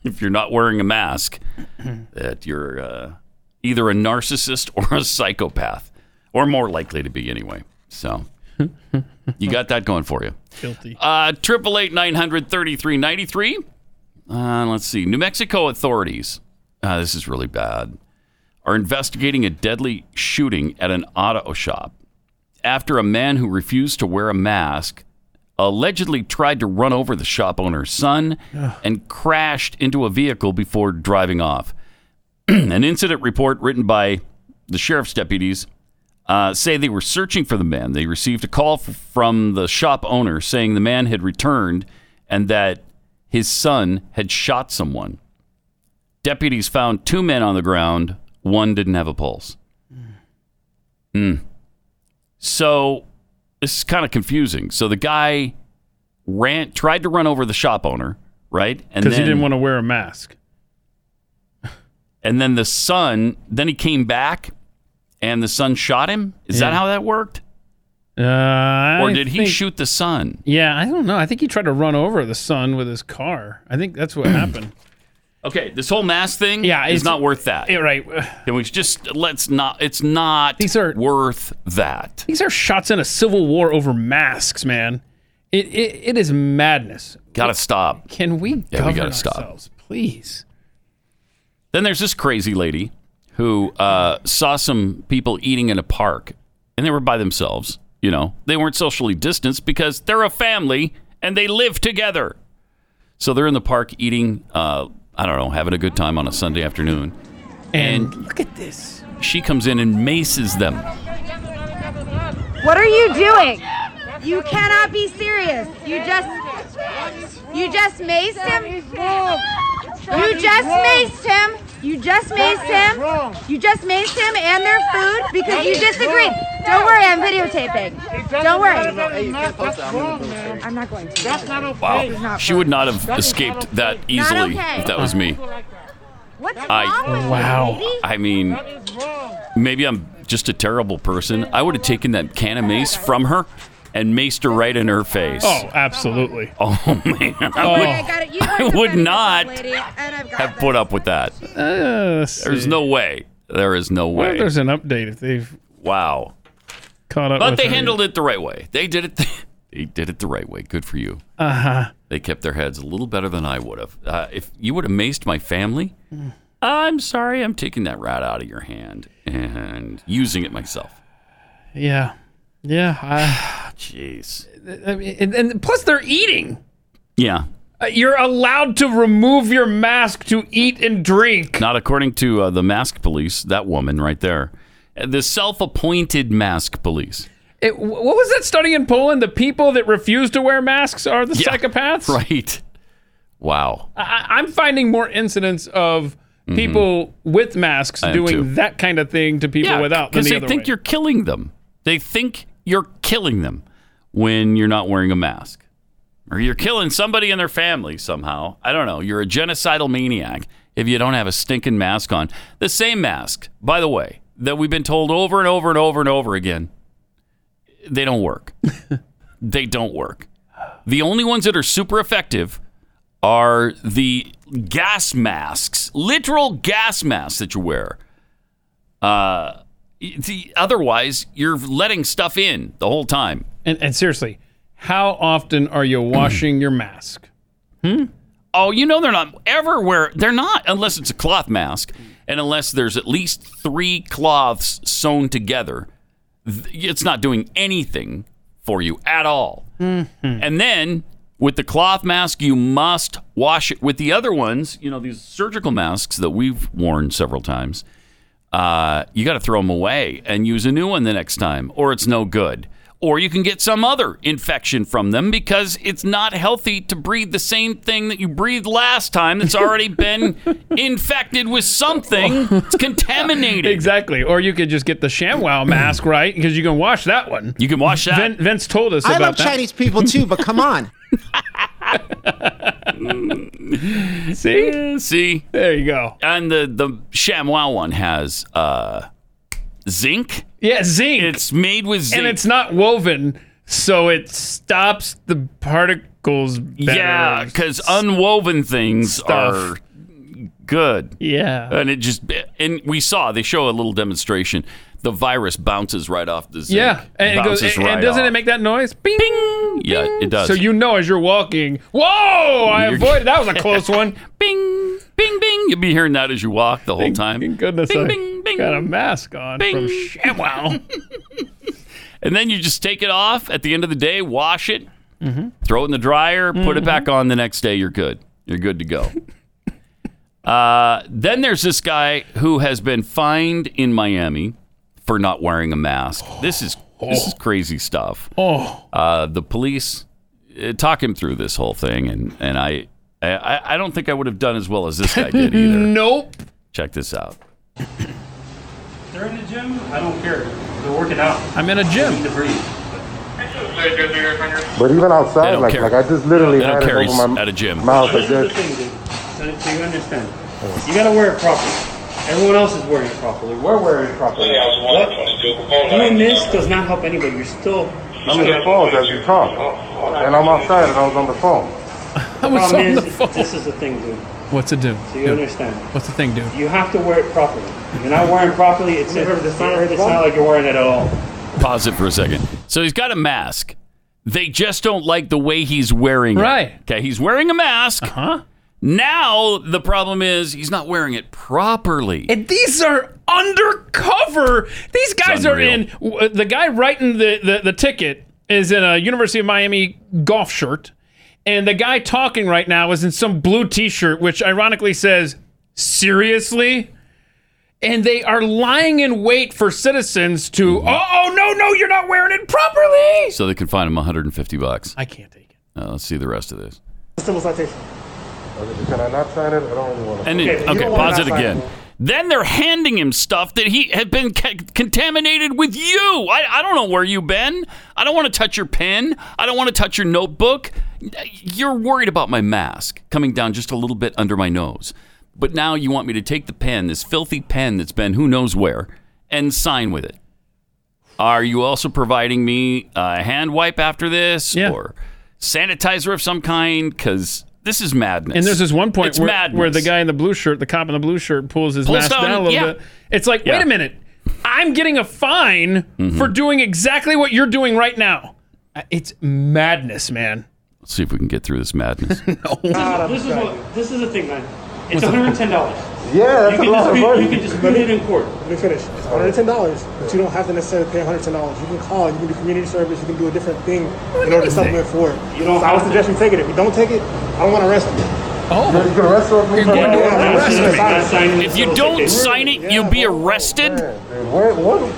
S2: if you're not wearing a mask, that you're uh, either a narcissist or a psychopath, or more likely to be anyway. So you got that going for you.
S3: Guilty.
S2: Triple eight nine hundred thirty three ninety three. Uh, Let's see. New Mexico authorities. Uh, this is really bad. Are investigating a deadly shooting at an auto shop after a man who refused to wear a mask allegedly tried to run over the shop owner's son and crashed into a vehicle before driving off. an incident report written by the sheriff's deputies uh, say they were searching for the man. They received a call f- from the shop owner saying the man had returned and that his son had shot someone. Deputies found two men on the ground. One didn't have a pulse. Hmm. So this is kind of confusing. So the guy ran, tried to run over the shop owner, right? And
S3: Because he
S2: then-
S3: didn't want to wear a mask.
S2: and then the son, then he came back, and the son shot him. Is that
S3: Yeah.
S2: how that worked?
S3: Uh,
S2: Or
S3: I
S2: did he
S3: think-
S2: shoot the son?
S3: Yeah, I don't know. I think he tried to run over the sun with his car. I think that's what happened.
S2: Okay, this whole mask thing
S3: Yeah,
S2: is
S3: it's-
S2: not worth that.
S3: Yeah, right.
S2: Can we just let's not it's not
S3: These are-
S2: worth that.
S3: These are shots in a civil war over masks, man. It it, it is madness.
S2: Got to stop.
S3: Can we govern
S2: gotta stop.
S3: ourselves, please?
S2: Then there's this crazy lady who uh, saw some people eating in a park and they were by themselves, you know. They weren't socially distanced because they're a family and they live together. So they're in the park eating uh, I don't know, having a good time on a Sunday afternoon.
S3: And,
S2: And-
S3: look at this.
S2: She comes in and maces them.
S12: What are you doing? You cannot be serious. You just you just maced him. You just maced him. You just maced him. You just maced him and their food because you disagreed. Don't worry, I'm videotaping. Don't worry. I'm not going to. That's not okay.
S2: Wow. She would not have escaped that easily
S12: okay.
S2: if that was me.
S12: What's wrong
S2: I-
S12: with you,
S3: Wow.
S12: lady?
S2: I mean, maybe I'm just a terrible person. I would have taken that can of mace from her and maced her right in her face.
S3: Oh, absolutely.
S2: Oh, man.
S12: Don't worry,
S2: I,
S12: I
S2: would,
S12: got it. You
S2: I
S12: guys are
S2: would
S12: better than this
S2: not
S12: lady, and I've got
S2: have
S12: this.
S2: put up with that.
S3: Uh, let's
S2: There's
S3: see.
S2: no way. There is no
S3: What if
S2: way.
S3: there's an update if they've
S2: Wow.
S3: caught up.
S2: But they handled it the right way. They did it. they did it the right way. Good for you.
S3: Uh huh.
S2: They kept their heads a little better than I would have. Uh, if you would have maced my family, I'm sorry, I'm taking that rat out of your hand and using it myself.
S3: Yeah. Yeah. I,
S2: Jeez.
S3: I mean, and, and plus, they're eating.
S2: Yeah.
S3: Uh, You're allowed to remove your mask to eat and drink.
S2: Not according to uh, the mask police, that woman right there, Uh, the self appointed mask police.
S3: It, wh- what was that study in Poland? The people that refuse to wear masks are the psychopaths?
S2: Right. Wow.
S3: I, I'm finding more incidents of people with masks
S2: Mm-hmm. I am
S3: doing
S2: too.
S3: that kind of thing to people
S2: Yeah,
S3: without than the
S2: they
S3: other
S2: think
S3: way.
S2: you're killing them. They think you're killing them when you're not wearing a mask, or you're killing somebody in their family somehow. I don't know. You're a genocidal maniac if you don't have a stinking mask on. The same mask, by the way, that we've been told over and over and over and over again. They don't work. they don't work. The only ones that are super effective are the gas masks, literal gas masks that you wear. Uh, the, otherwise, you're letting stuff in the whole time.
S3: And, and seriously, how often are you washing your mask?
S2: Hmm? Oh, you know they're not ever wear. They're not unless it's a cloth mask, and unless there's at least three cloths sewn together. Th- It's not doing anything for you at all. And then with the cloth mask, you must wash it. With the other ones, you know, these surgical masks that we've worn several times, uh, you got to throw them away and use a new one the next time, or it's no good. Or you can get some other infection from them because it's not healthy to breathe the same thing that you breathed last time that's already been infected with something. It's contaminated.
S3: Exactly. Or you could just get the ShamWow mask, right? Because you can wash that one.
S2: You can wash that.
S3: Vin, Vince told us
S11: I
S3: about
S11: love
S3: that.
S11: Chinese people too, but come on.
S3: See?
S2: See?
S3: There you go.
S2: And the, the ShamWow one has uh, zinc.
S3: Yeah, zinc.
S2: It's made with zinc.
S3: And it's not woven, so it stops the particles better.
S2: Yeah, because unwoven things
S3: Stuff.
S2: are good.
S3: Yeah.
S2: and it just and we saw they show a little demonstration. The virus bounces right off the zinc.
S3: Yeah. And, it goes,
S2: bounces
S3: and, and doesn't it make that noise? Bing!
S2: off. Yeah, it does.
S3: So you know as you're walking, whoa, I
S2: You're-
S3: avoided. That was a close one.
S2: bing, bing, bing. You'll be hearing that as you walk the whole time.
S3: Thank goodness
S2: Bing,
S3: I
S2: bing, bing.
S3: got a mask on
S2: Bing.
S3: from oh, ShamWow.
S2: And then you just take it off at the end of the day, wash it, throw it in the dryer, put it back on the next day. You're good. You're good to go. uh, then there's this guy who has been fined in Miami for not wearing a mask. This is this is crazy stuff.
S3: Oh.
S2: Uh, the police uh, talk him through this whole thing, and and I I, I don't think I would have done as well as this guy did either.
S3: nope.
S2: Check this out.
S8: They're in the gym. I don't care. They're working out.
S3: I'm in a
S8: I need
S3: gym.
S8: to breathe.
S14: But even outside,
S2: don't
S14: like,
S2: care.
S14: like I just literally
S2: They don't
S14: had it
S2: care he's
S14: over my
S2: at a gym.
S14: mouth.
S8: But
S14: I
S8: this is the
S14: just,
S8: thing, dude. So, so you understand. You gotta wear it properly. Everyone else is wearing it properly. We're wearing it properly. Doing this does not help anybody. You're still.
S14: I'm in the phones as you talk, and I'm outside, and I was on the phone.
S3: I was
S8: problem
S3: on
S8: is,
S3: the phone.
S8: This is the thing, dude.
S3: What's it do?
S8: So you understand.
S3: What's the thing do?
S8: You have to wear it properly. If you're not wearing it properly, it's, it's, not, it's not like you're wearing it at all.
S2: Pause it for a second. So he's got a mask. They just don't like the way he's wearing it.
S3: Right. Uh-huh.
S2: Okay, he's wearing a mask.
S3: Huh?
S2: Now the problem is he's not wearing it properly.
S3: And these are undercover. These guys are in. w- The guy writing the, the, the ticket is in a University of Miami golf shirt. And the guy talking right now is in some blue t shirt, which ironically says, Seriously? And they are lying in wait for citizens to, oh, no, no, you're not wearing it properly.
S2: So they can find him 150 bucks.
S3: I can't take it.
S2: Uh, let's see the rest of this.
S14: Can I not sign it? I don't even want to.
S2: And it-
S8: Okay, you
S2: okay,
S8: don't wanna
S2: pause it
S8: not sign
S2: again.
S8: it.
S2: Then they're handing him stuff that he had been ca- contaminated with you. I, I don't know where you've been. I don't want to touch your pen. I don't want to touch your notebook. You're worried about my mask coming down just a little bit under my nose. But now you want me to take the pen, this filthy pen that's been who knows where, and sign with it. Are you also providing me a hand wipe after this
S3: Yeah.
S2: or sanitizer of some kind? Because this is madness.
S3: And there's this one point
S2: It's
S3: where,
S2: madness.
S3: where the guy in the blue shirt, the cop in the blue shirt, pulls his
S2: Pulls
S3: mask down,
S2: down,
S3: a little
S2: yeah.
S3: bit. It's like,
S2: Yeah.
S3: wait a minute, I'm getting a fine for doing exactly what you're doing right now. Uh, It's madness, man.
S2: Let's see if we can get through this madness.
S8: This is, what, this is the thing, man. It's $110.
S14: Yeah, that's
S8: you
S14: a
S8: can
S14: lot of
S8: dispute,
S14: money.
S8: You can dispute it in court.
S5: Let me finish. It's one hundred ten dollars, but you don't have to necessarily pay one hundred ten dollars. You can call. You can do community service. You can do a different thing in order to supplement for it.
S8: You don't
S5: so I
S8: have
S5: would
S8: to.
S5: suggest you take it. If you don't take it, I don't want to arrest you.
S3: Oh,
S5: you can arrest us.
S14: You're going to arrest me.
S2: If you don't sign it, you'll be arrested.
S14: What? What?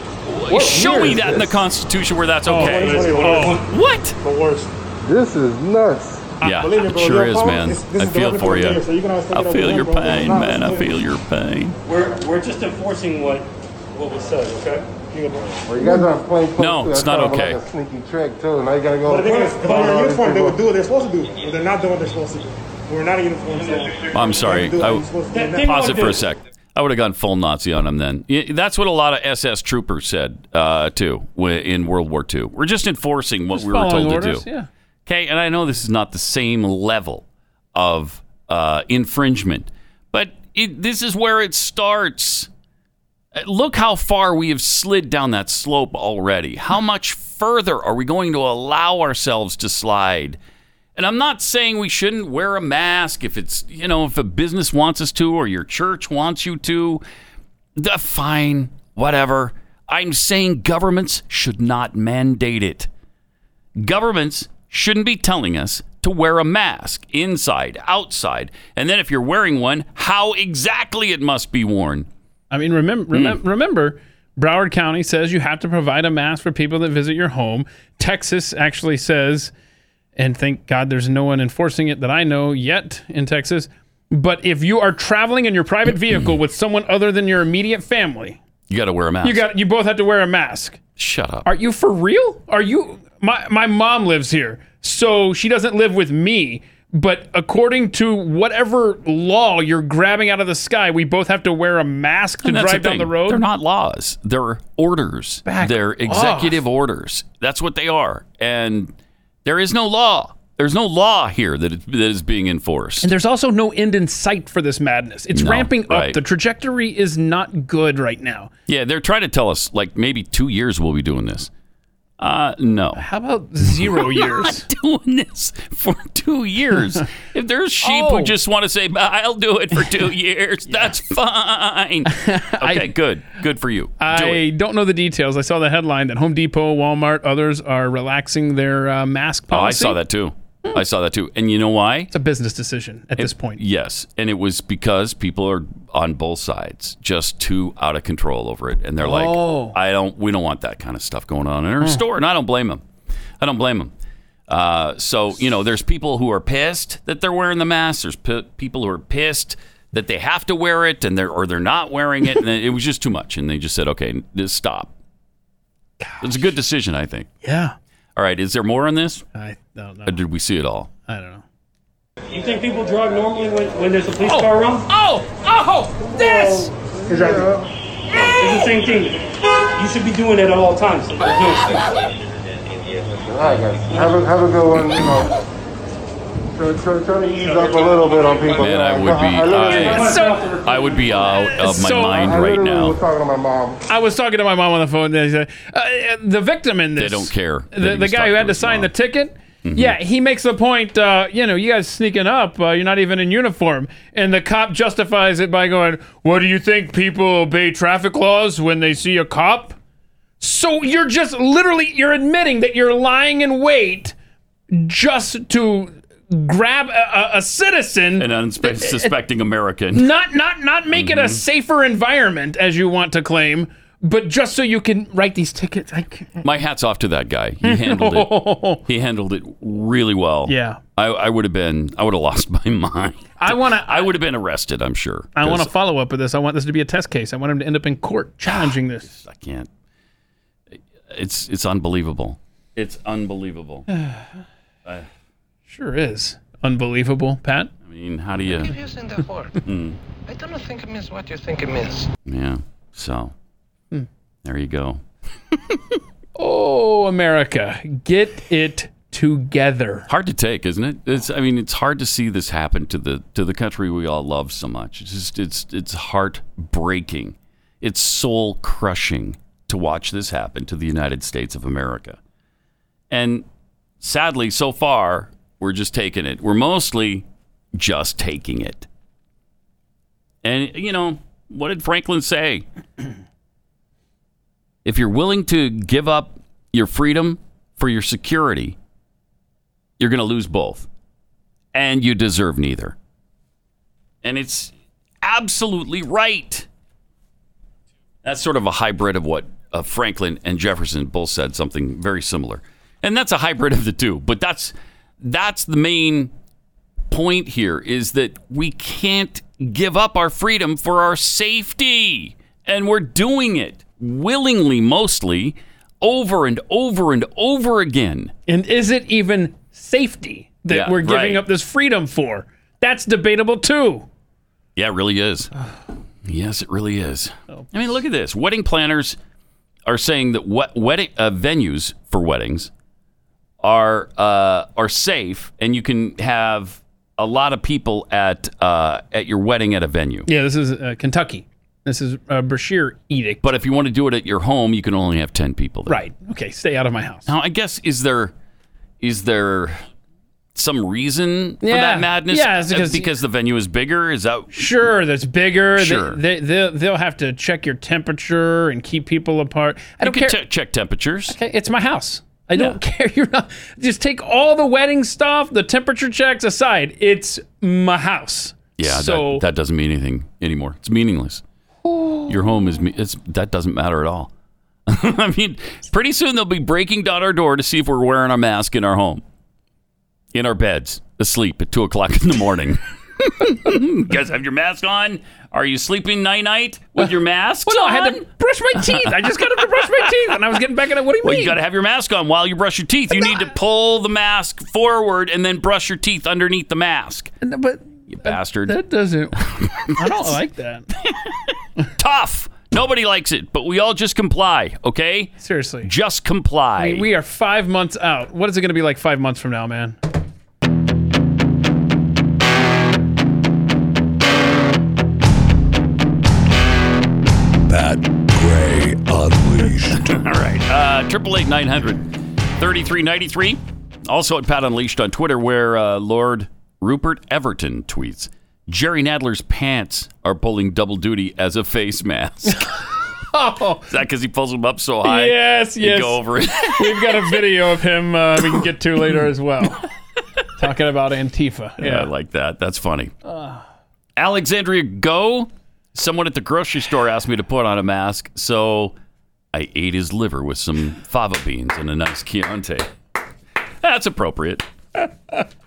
S14: what
S2: Show
S14: year
S2: me
S14: is
S2: that in the
S14: this?
S2: Constitution where that's okay.
S5: What? The worst.
S14: This is nuts.
S2: Yeah,
S5: Believe me,
S2: it
S5: bro,
S2: sure
S5: your
S2: is,
S5: phone
S2: man.
S5: is- this
S2: I
S5: is the
S2: feel
S5: only
S2: for
S5: thing
S2: you.
S5: here, so you can always take
S2: I
S5: it up
S2: feel
S5: with
S2: your
S5: them, bro. It's
S2: pain,
S5: not-
S2: man.
S5: it's
S2: I
S5: good.
S2: feel your pain.
S8: We're, we're just enforcing what what was said, okay?
S14: Well, you guys aren't playing poker.
S2: No, it's
S14: That's
S2: not
S14: kind of
S2: okay.
S14: Like a sneaky trick too. Now you gotta go.
S5: But the thing is, if they're in uniform, they would do what they're supposed to do. But they're not doing what they're supposed to do. We're not in uniform. So
S2: I'm sorry. I, pause it for a sec. I would have gone full Nazi on him then. Y- That's what a lot of SS troopers said uh, too w- in World War II. We're just enforcing what we were
S3: following
S2: told
S3: orders,
S2: to do.
S3: yeah.
S2: Okay, and I know this is not the same level of uh, infringement, but it, this is where it starts. Uh, Look how far we have slid down that slope already. How much further are we going to allow ourselves to slide? And I'm not saying we shouldn't wear a mask if it's, you know, if a business wants us to or your church wants you to. The, fine, whatever. I'm saying governments should not mandate it. Governments shouldn't be telling us to wear a mask inside, outside, and then if you're wearing one, how exactly it must be worn.
S3: I mean,
S2: Hmm.
S3: remember, remember, remember, Broward County says you have to provide a mask for people that visit your home. Texas actually says, and thank God there's no one enforcing it that I know yet in Texas. But if you are traveling in your private vehicle with someone other than your immediate family,
S2: You got to wear a mask.
S3: you got you both have to wear a mask.
S2: Shut up.
S3: Are you for real? Are you my my mom lives here, so she doesn't live with me. But according to whatever law you're grabbing out of the sky, we both have to wear a mask to
S2: And that's
S3: drive down the
S2: thing.
S3: road.
S2: They're not laws. They're orders. They're executive orders. That's what they are. And there is no law. There's no law here that is, that is being enforced.
S3: And there's also no end in sight for this madness. It's
S2: No,
S3: ramping up.
S2: right.
S3: The trajectory is not good right now.
S2: Yeah, they're trying to tell us like maybe two years we'll be doing this. Uh, no.
S3: How about zero years?
S2: doing this for two years. if there's sheep
S3: Oh.
S2: who just want to say, "I'll do it for two years," that's fine. Okay, good, good for you. do it.
S3: I don't know the details. I saw the headline that Home Depot, Walmart, others are relaxing their uh, mask
S2: Oh, I
S3: policy.
S2: saw that too. I saw that too. And you know why? It's
S3: a business decision at this point.
S2: Yes, and it was because people are on both sides just too out of control over it, and they're like,
S3: Oh.
S2: "I don't, we don't want that kind of stuff going on in our
S3: Hmm.
S2: store," and I don't blame them. I don't blame them. Uh, so you know, there's people who are pissed that they're wearing the mask. There's p- people who are pissed that they have to wear it, and they're or they're not wearing it, and it was just too much, and they just said, "Okay, just stop." It's a good decision, I think.
S3: Yeah.
S2: All right, is there more on this?
S3: I don't know.
S2: Or did we see it all?
S3: I don't know.
S8: You think people drive normally when, when there's a police car around? Oh, oh, this! It's the same thing. You should be doing it at all times.
S14: All right, guys. Have a have a good one. You know. Try, try, try to ease up a little bit on people.
S2: Man, I would be,
S14: literally-
S2: I, I would be out of my
S3: So-
S2: mind
S14: I
S2: right
S14: literally
S2: now.
S14: was talking to my mom.
S3: I was talking to my mom on the phone. They said, uh, uh, the victim in this.
S2: They don't care. that
S3: The,
S2: he
S3: the
S2: was
S3: guy
S2: talking
S3: who had
S2: to
S3: to
S2: his
S3: sign
S2: mom. Mm-hmm.
S3: the ticket. Yeah, he makes the point. Uh, you know, you guys sneaking up. Uh, you're not even in uniform, and the cop justifies it by going, "What do you think people obey traffic laws when they see a cop?" So you're just literally you're admitting that you're lying in wait just to grab a, a, a citizen,
S2: an unsuspecting American.
S3: not not not make
S2: Mm-hmm.
S3: it a safer environment as you want to claim, but just so you can write these tickets. I can't.
S2: My hat's off to that guy. He handled it. He handled it really well.
S3: Yeah.
S2: I, I would have been. I would have lost my mind.
S3: I want to.
S2: I would have been arrested. I'm sure.
S3: I want to
S2: 'cause
S3: follow up with this. I want this to be a test case. I want him to end up in
S2: Ah,
S3: court challenging this.
S2: I can't. It's it's unbelievable. It's unbelievable. I,
S3: Sure is unbelievable, Pat.
S2: I mean, how do you?
S15: using that word.
S2: Mm,
S15: I don't think it means what you think it means.
S2: yeah. So
S3: Hmm.
S2: there you go.
S3: Oh, America, get it together.
S2: Hard to take, isn't it? It's I mean, it's hard to see this happen to the to the country we all love so much. It's just it's it's heartbreaking. It's soul crushing to watch this happen to the United States of America. And sadly, so far, we're just taking it. We're mostly just taking it. And, you know, what did Franklin say? if you're willing to give up your freedom for your security, you're going to lose both. And you deserve neither. And it's absolutely right. That's sort of a hybrid of what uh, Franklin and Jefferson both said something very similar. And that's a hybrid of the two, but that's that's the main point here is that we can't give up our freedom for our safety. And we're doing it willingly mostly over and over and over again.
S3: And is it even safety that
S2: Yeah,
S3: we're
S2: right.
S3: giving up this freedom for? That's debatable too.
S2: Yeah, it really is. yes, it really is. I mean, look at this. Wedding planners are saying that we- wedding uh, venues for weddings are uh, are safe, and you can have a lot of people at uh, at your wedding at a venue.
S3: Yeah, this is uh, Kentucky. This is a Bashir edict.
S2: But if you want to do it at your home, you can only have ten people. There.
S3: Right. Okay, stay out of my house.
S2: Now, I guess is there is there some reason for
S3: Yeah.
S2: that madness?
S3: Yeah, it's
S2: Uh,
S3: because-
S2: the venue is bigger. Is that
S3: Sure, that's bigger.
S2: Sure.
S3: They, they, they'll, they'll have to check your temperature and keep people apart. I
S2: you
S3: don't
S2: can
S3: care.
S2: te- check temperatures?
S3: Okay, it's my house. I don't care. You're not. Just take all the wedding stuff, the temperature checks aside. It's my house.
S2: Yeah,
S3: So
S2: that, that doesn't mean anything anymore. It's meaningless. Your home is me- it's that doesn't matter at all. I mean, pretty soon they'll be breaking down our door to see if we're wearing our mask in our home, in our beds, asleep at two o'clock in the morning. you guys have your mask on? Are you sleeping night night with your mask?
S3: Well, no, I had
S2: on?
S3: to brush my teeth. I just got up to brush my teeth, and I was getting back at it. What do you
S2: Well,
S3: mean?
S2: you got to have your mask on while you brush your teeth. You need to pull the mask forward and then brush your teeth underneath the mask.
S3: But
S2: you bastard.
S3: that doesn't. I don't like that.
S2: tough. Nobody likes it, but we all just comply, okay?
S3: Seriously.
S2: Just comply.
S3: I mean, we are five months out. What is it going to be like five months from now, man?
S7: Pat Gray Unleashed.
S2: all right. Uh Triple eight nine hundred thirty three ninety three. Also at Pat Unleashed on Twitter, where uh, Lord Rupert Everton tweets: Jerry Nadler's pants are pulling double duty as a face mask.
S3: Oh,
S2: Is that because he pulls them up so high?
S3: yes,
S2: You
S3: yes.
S2: Go over it.
S3: We've got a video of him uh, we can get to later as well. Talking about Antifa.
S2: Yeah, I
S3: Yeah.
S2: like that. That's funny. Alexandria Go. Someone at the grocery store asked me to put on a mask, so I ate his liver with some fava beans and a nice Chianti. That's appropriate.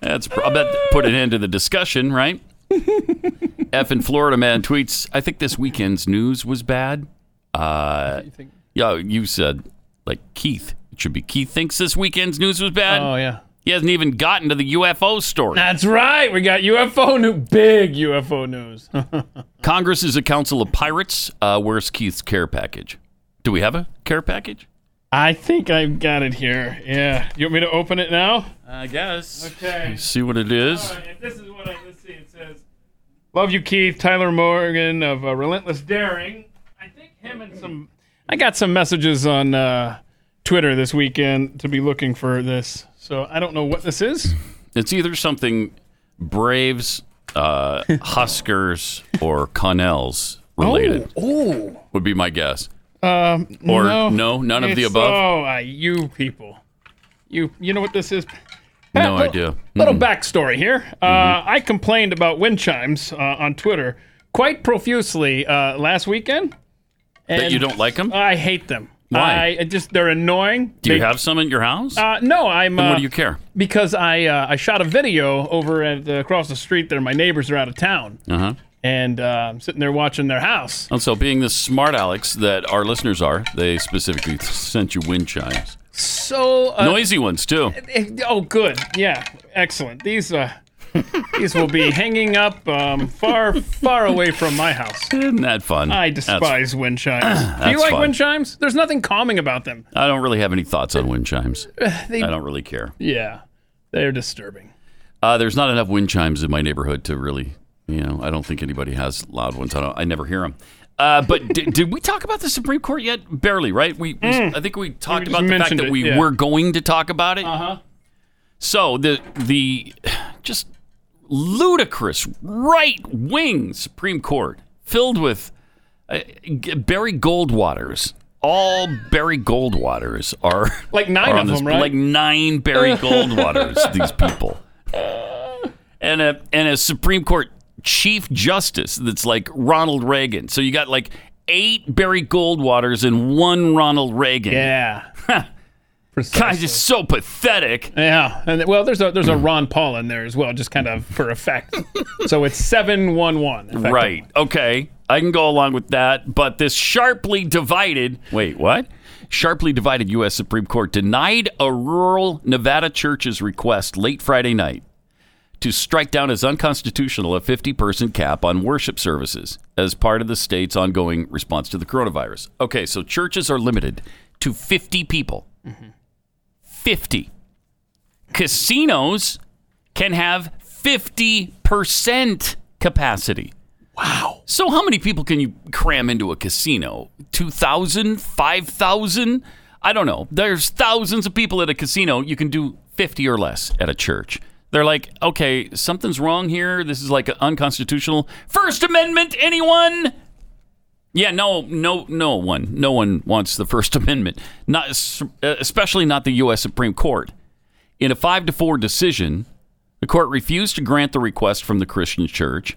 S2: That's pro- I bet put an end to the discussion, right? F in Florida man tweets. I think this weekend's news was bad. Uh, yeah, you said like Keith. It should be Keith thinks this weekend's news was bad.
S3: Oh, yeah.
S2: He hasn't even gotten to the UFO story.
S3: That's right. We got UFO news. Big UFO news.
S2: Congress is a council of pirates. Uh, where's Keith's care package? Do we have a care package?
S3: I think I've got it here. Yeah. You want me to open it now?
S2: I guess.
S3: Okay.
S2: Let's see what it is.
S3: This is what I let's see. It says, "Love you, Keith." Tyler Morgan of uh, Relentless Daring. I think him and some. I got some messages on uh, Twitter this weekend to be looking for this. So I don't know what this is.
S2: It's either something Braves, uh, Huskers, or Connells related,
S3: Oh.
S2: would be my guess.
S3: Um,
S2: Or
S3: no,
S2: no, none of the above?
S3: Oh, uh, you people. You you know what this is?
S2: No idea. Mm-hmm.
S3: Little backstory here. Uh, I complained about wind chimes uh, on Twitter quite profusely uh, last weekend.
S2: That
S3: and-
S2: you don't like them?
S3: I hate them.
S2: Why?
S3: I, I just they're annoying.
S2: Do you
S3: uh, They-
S2: have some at your house?
S3: Uh, no, I'm.
S2: then
S3: uh,
S2: what do you care?
S3: Because I uh, I shot a video over at uh, across the street there. My neighbors are out of town,
S2: Uh huh.
S3: and uh, I'm sitting there watching their house.
S2: And so, being the smart Alex that our listeners are, they specifically sent you wind chimes.
S3: So uh,
S2: Noisy ones, too.
S3: Eh, Oh, good. Yeah, excellent. These uh, these will be hanging up um, far, far away from my house.
S2: Isn't that fun?
S3: I
S2: That's-
S3: despise wind chimes. Do
S2: That's
S3: you like
S2: fun. Uh.
S3: wind chimes? There's nothing calming about them.
S2: I don't really have any thoughts on wind chimes.
S3: They-
S2: I don't really care.
S3: Yeah, they're disturbing.
S2: Uh, there's not enough wind chimes in my neighborhood to really, you know, I don't think anybody has loud ones. I don't. I never hear them. Uh, but did, did we talk about the Supreme Court yet? Barely, right? We, we- I think we talked
S3: Mm. just
S2: about the fact
S3: mentioned
S2: that
S3: it,
S2: we
S3: yeah.
S2: were going to talk about it.
S3: Uh huh.
S2: So the the just ludicrous right wing Supreme Court filled with uh, g- Barry Goldwaters. All Barry Goldwaters are
S3: Like nine
S2: are on
S3: of
S2: this-
S3: them, right?
S2: Like nine Barry Goldwaters. these people, and a and a Supreme Court Chief Justice that's like Ronald Reagan. So you got like eight Barry Goldwaters and one Ronald Reagan.
S3: Yeah.
S2: Guys, it's so pathetic.
S3: Yeah, and well, there's a
S2: Hmm.
S3: there's a Ron Paul in there as well, just kind of for effect. so it's seven one one.
S2: Right. Okay. I can go along with that. But this sharply divided wait, what? Sharply divided U.S. Supreme Court denied a rural Nevada church's request late Friday night to strike down as unconstitutional a 50 person cap on worship services as part of the state's ongoing response to the coronavirus. Okay, so churches are limited to 50 people. 50. Casinos can have 50% capacity. Wow. So, how many people can you cram into a casino? 2,000? 5,000? I don't know. There's thousands of people at a casino. You can do 50 or less at a church. They're like, okay, something's wrong here. This is like unconstitutional. First Amendment, anyone? Yeah, no, no, no one, no one wants the First Amendment, not especially not the U.S. Supreme Court. In a five to four decision, the court refused to grant the request from the Christian Church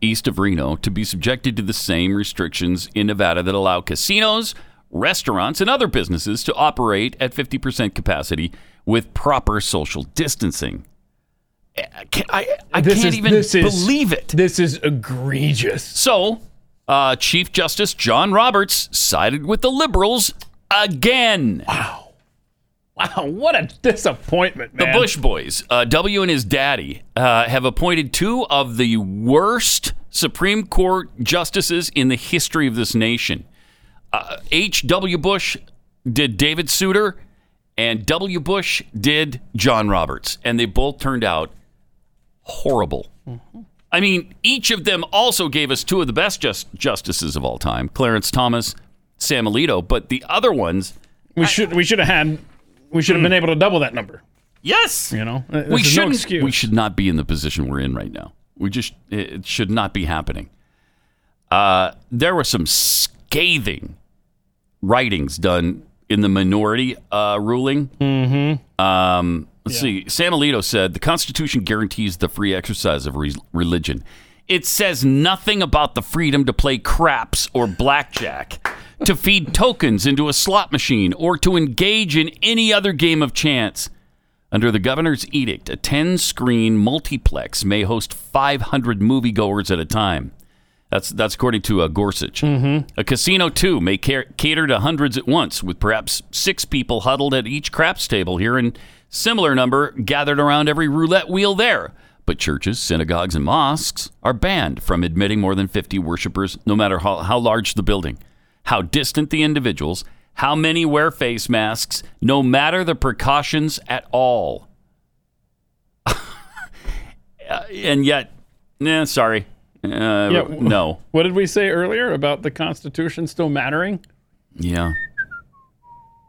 S2: east of Reno to be subjected to the same restrictions in Nevada that allow casinos, restaurants, and other businesses to operate at 50% capacity with proper social distancing. Eh, I can't, I, I can't even believe it.
S3: This is egregious.
S2: So, uh, Chief Justice John Roberts sided with the liberals again. Wow.
S3: Wow, what a disappointment, man.
S2: The Bush boys, uh, W and his daddy, uh, have appointed two of the worst Supreme Court justices in the history of this nation. Uh, H.W. Bush did David Souter, and W. Bush did John Roberts. And they both turned out horrible. I mean, each of them also gave us two of the best just, justices of all time Clarence Thomas, Sam Alito, but the other ones.
S3: We should we should have had we should have been able to double that number.
S2: Yes.
S3: You know,
S2: Hmm.
S3: Uh,
S2: we
S3: should
S2: shouldn't. we should not be in the position we're in right now. We just it should not be happening. Uh, there were some scathing writings done in the minority uh, ruling. Mm-hmm. Um, let's see. Sam Alito said the Constitution guarantees the free exercise of re- religion. It says nothing about the freedom to play craps or blackjack, to feed tokens into a slot machine, or to engage in any other game of chance. Under the governor's edict, a 10 screen multiplex may host 500 moviegoers at a time. That's, that's according to uh, Gorsuch. A casino, too, may car- cater to hundreds at once, with perhaps six people huddled at each craps table here and similar number gathered around every roulette wheel there. But churches, synagogues, and mosques are banned from admitting more than 50 worshipers, no matter how, how large the building, how distant the individuals, how many wear face masks, no matter the precautions at all. Uh, and yet, nah, sorry. Uh,
S3: Yeah, w-
S2: no.
S3: What did we say earlier about the Constitution still mattering?
S2: Yeah.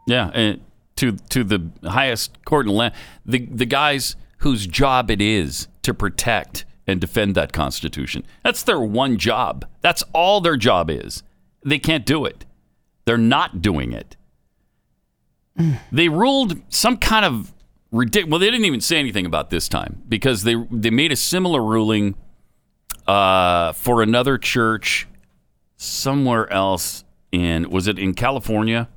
S2: Yeah, and to to the highest court in the land, the the guys whose job it is to protect and defend that constitution. That's their one job. That's all their job is. They can't do it. They're not doing it. they ruled some kind of ridiculous. Well, they didn't even say anything about this time because they they made a similar ruling uh, for another church somewhere else in was it in California?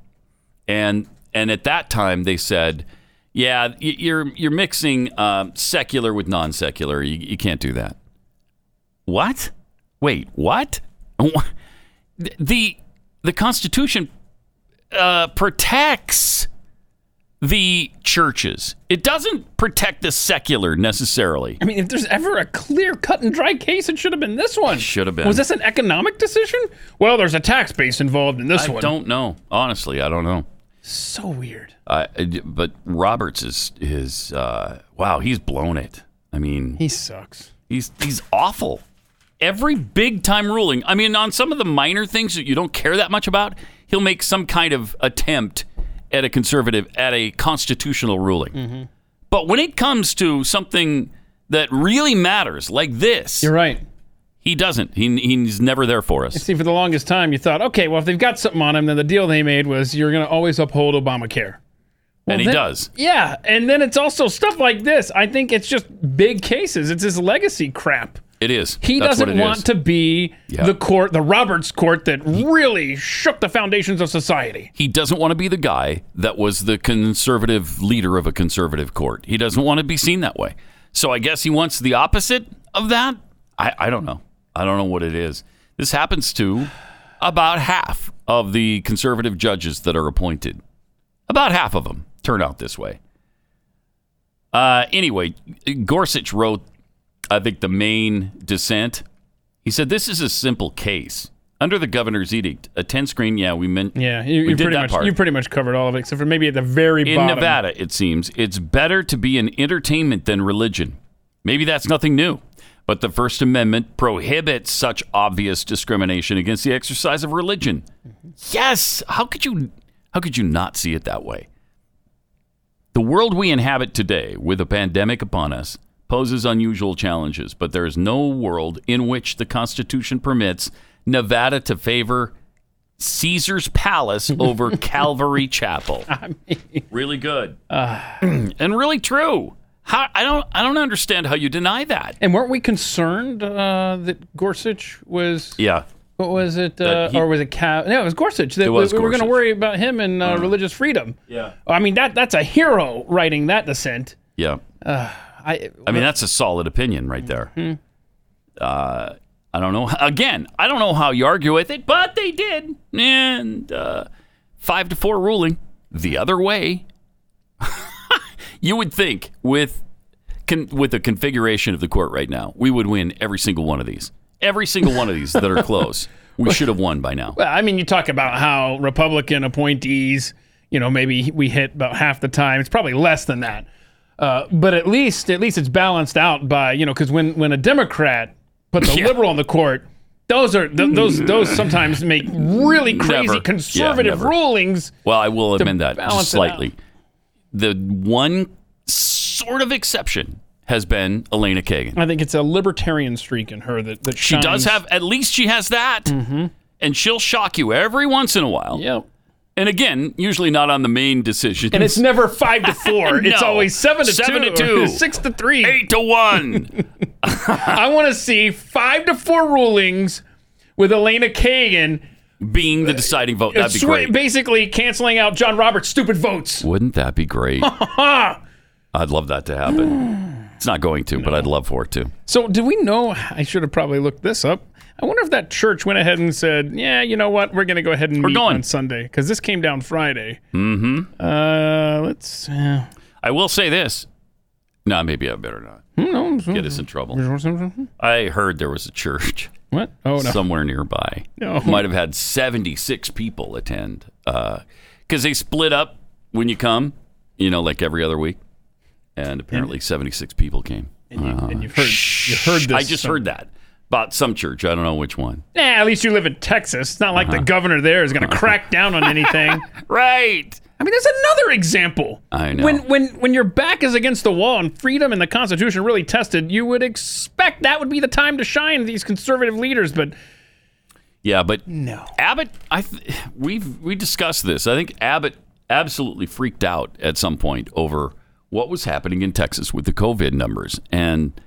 S2: And and at that time they said, yeah, y- you're you're mixing uh, secular with non secular. You, you can't do that. What? Wait, what? Wha- The the Constitution uh, protects the churches. It doesn't protect the secular necessarily.
S3: I mean, if there's ever a clear cut and dry case, it should have been this one.
S2: Should have been.
S3: Was this an economic decision? Well, there's a tax base involved in this
S2: I
S3: one.
S2: don't know. Honestly, I don't know.
S3: So weird.
S2: Uh, but Roberts is is uh, wow, he's blown it. I mean, he
S3: sucks.
S2: He's he's awful. Every big time ruling. I mean, on some of the minor things that you don't care that much about, he'll make some kind of attempt at a conservative at a constitutional ruling.
S3: Mm-hmm.
S2: But when it comes to something that really matters, like this, you're
S3: right.
S2: He doesn't. He, he's never there for us.
S3: And see, for the longest time, you thought, okay, well, if they've got something on him, then the deal they made was you're going to always uphold Obamacare.
S2: and he
S3: then-
S2: does.
S3: Yeah, and then it's also stuff like this. I think it's just big cases. It's his legacy crap.
S2: It is.
S3: He
S2: That's what
S3: doesn't
S2: it
S3: want
S2: is.
S3: to be the court, the Roberts court that really shook the foundations of society.
S2: He doesn't want to be the guy that was the conservative leader of a conservative court. He doesn't want to be seen that way. So I guess he wants the opposite of that. I, I don't know. I don't know what it is. This happens to about half of the conservative judges that are appointed. About half of them turn out this way. Uh, anyway, Gorsuch wrote, I think, the main dissent. He said, This is a simple case. Under the governor's edict, a 10 screen, yeah, we meant.
S3: Yeah, you,
S2: we
S3: you
S2: did
S3: pretty
S2: that
S3: much
S2: part.
S3: you pretty much covered all of it, except for maybe at the very
S2: In
S3: bottom.
S2: Nevada, it seems, it's better to be in entertainment than religion. Maybe that's nothing new, but the First Amendment prohibits such obvious discrimination against the exercise of religion. Yes, how could you how could you not see it that way? The world we inhabit today, with a pandemic upon us, poses unusual challenges, but there is no world in which the Constitution permits Nevada to favor Caesar's Palace over Calvary Chapel. really good. Uh, and really true. How, I don't I don't understand how you deny that.
S3: And weren't we concerned uh, that Gorsuch was
S2: Yeah.
S3: what was it uh,
S2: That he-
S3: or was it Cav? No, it was Gorsuch. That
S2: It was
S3: we, we were going
S2: Gorsuch. Uh-huh.
S3: to worry about him and uh, religious freedom.
S2: Yeah.
S3: I mean that that's a hero writing that dissent.
S2: Yeah.
S3: Uh, I
S2: I mean, that's a solid opinion right there. Uh, I don't know. Again, I don't know how you argue with it, but they did. And uh, five to four ruling the other way. you would think with con- with the configuration of the court right now, we would win every single one of these. Every single one of these that are close, we should have won by now.
S3: Well, I mean, you talk about how Republican appointees, you know, maybe we hit about half the time. It's probably less than that, uh, but at least at least it's balanced out by you know because when when a Democrat puts a liberal on the court, those are th- those those sometimes make really crazy
S2: Mm. Never. Yeah,
S3: conservative
S2: never.
S3: rulings.
S2: Well, I will amend that just
S3: balance it out.
S2: slightly. The one sort of exception has been Elena Kagan.
S3: I think it's a libertarian streak in her that that
S2: She does
S3: shines.
S2: have, at least she has that. And she'll shock you every once in a while.
S3: Mm-hmm. Yep.
S2: And again, usually not on the main decision.
S3: And it's never five to four. It's always seven to
S2: seven
S3: two,
S2: to two.
S3: six to three,
S2: eight to one.
S3: I want to see five to four rulings with Elena Kagan
S2: being the deciding vote. That'd be
S3: swi-
S2: great.
S3: basically canceling out John Roberts' stupid votes.
S2: Wouldn't that be great? I'd love that to happen. It's not going to, but I'd love for it to.
S3: So, do we know? I should have probably looked this up. I wonder if that church went ahead and said, "Yeah, you know what? We're going to go ahead and
S2: We're
S3: meet
S2: going."
S3: on Sunday because this came down Friday."
S2: hmm
S3: Uh, let's. Uh,
S2: I will say this. No, maybe I better not.
S3: no,
S2: Get us in trouble. I heard there was a church.
S3: What? Oh, no.
S2: Somewhere nearby.
S3: No.
S2: Might have had 76 people attend. Because they split up when you come, you know, like every other week. And apparently 76 people came. And, you, and you've heard, you
S3: heard this
S2: I just
S3: some-
S2: heard that about some church. I don't know which one.
S3: nah, at least you live in Texas. It's not like
S2: Uh-huh.
S3: the governor there is going to crack down on anything,
S2: right?
S3: I mean, there's another example.
S2: I know.
S3: When when when your back is against the wall and freedom and the Constitution really tested, you would expect that would be the time to shine these conservative leaders. But
S2: Yeah, but no. Abbott, I th- we've we discussed this. I think Abbott absolutely freaked out at some point over what was happening in Texas with the COVID numbers, and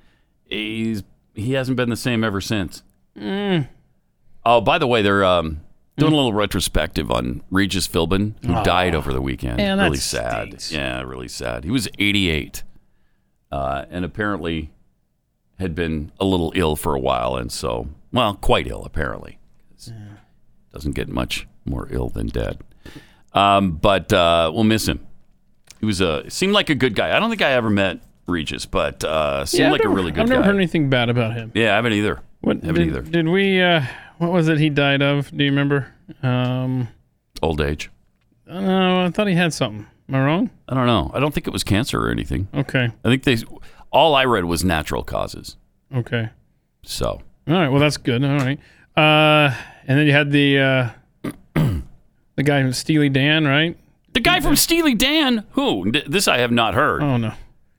S2: he's he hasn't been the same ever since.
S3: Mm.
S2: Oh, by the way, they're um, doing a little retrospective on Regis Philbin, who
S3: Aw.
S2: died over the weekend.
S3: Man, that
S2: really sad. Yeah, really sad. He was 88, uh, and apparently had been a little ill for a while, and so well, quite ill apparently. 'Cause Doesn't get much more ill than dead. Um, but uh, we'll miss him. He was a seemed like a good guy. I don't think I ever met Regis, but uh, seemed
S3: Yeah, I've
S2: like a
S3: never-
S2: really good
S3: I've
S2: guy.
S3: never heard anything bad about him.
S2: yeah, I haven't either.
S3: What
S2: haven't
S3: did,
S2: either.
S3: did we? Uh, what was it he died of? Do you remember? Um,
S2: Old age.
S3: I don't know, I thought he had something. Am I wrong?
S2: I don't know. I don't think it was cancer or anything.
S3: Okay.
S2: I think they all I read was natural causes.
S3: Okay.
S2: So
S3: All right. Well, that's good. All right. Uh, and then you had the uh, the guy from Steely Dan, right?
S2: the guy from Steely Dan, who Th- this I have not heard.
S3: Oh no.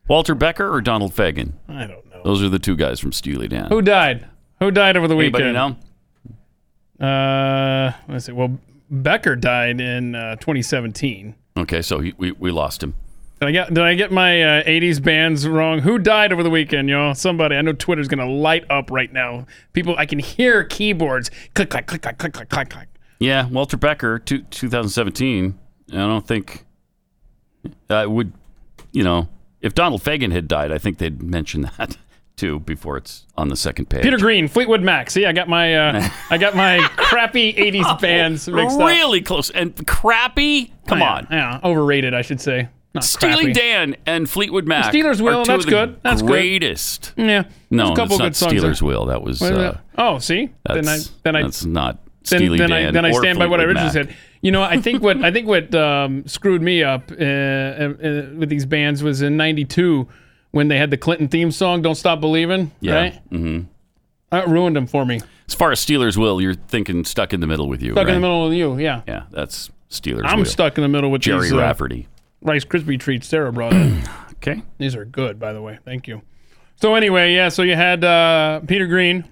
S2: Walter Becker or Donald Fagen?
S3: I don't
S2: know. Those are the two guys from Steely Dan.
S3: Who died? Who died over the
S2: Anybody
S3: weekend? know? Uh, let's see. Well, Becker died in uh, 2017.
S2: Okay, so he, we, we lost him.
S3: Did I get did I get my uh, 80s bands wrong? Who died over the weekend, y'all? Somebody. I know Twitter's gonna light up right now. People, I can hear keyboards click click click click click click click click.
S2: Yeah, Walter Becker, two, 2017. I don't think I would, you know, if Donald Fagan had died, I think they'd mention that too before it's on the second page.
S3: Peter Green, Fleetwood Mac. See, I got my uh, I got my crappy 80s bands mixed up.
S2: Oh, really close and crappy. Come
S3: Yeah,
S2: on,
S3: yeah, overrated, I should say. Not
S2: Steely
S3: crappy.
S2: Dan and Fleetwood Mac.
S3: Steelers will,
S2: are two
S3: that's
S2: of the
S3: good, that's good.
S2: greatest.
S3: Yeah,
S2: No,
S3: there's a couple
S2: it's not
S3: good songs
S2: Steelers
S3: there.
S2: will. That was.
S3: Wait a
S2: Uh,
S3: minute. oh, see, then I
S2: that's-
S3: then I
S2: that's not
S3: then,
S2: Steely
S3: then I
S2: Dan
S3: then I
S2: or
S3: stand by what I
S2: Fleetwood
S3: originally
S2: Mac.
S3: said. You know, I think what I think what um, screwed me up uh, uh, uh, with these bands was in '92 when they had the Clinton theme song "Don't Stop Believing."
S2: Yeah.
S3: Right,
S2: hmm
S3: that ruined them for me.
S2: As far as Steelers will, you're thinking stuck in the middle with you.
S3: Stuck in the
S2: right?
S3: middle with you, yeah.
S2: Yeah, that's Steelers.
S3: I'm
S2: will.
S3: stuck in the middle with
S2: Jerry
S3: these, uh,
S2: Rafferty.
S3: Rice Krispie treats Sarah brought in.
S2: okay,
S3: these are good, by the way. Thank you. So anyway, yeah. So you had uh, Peter Green,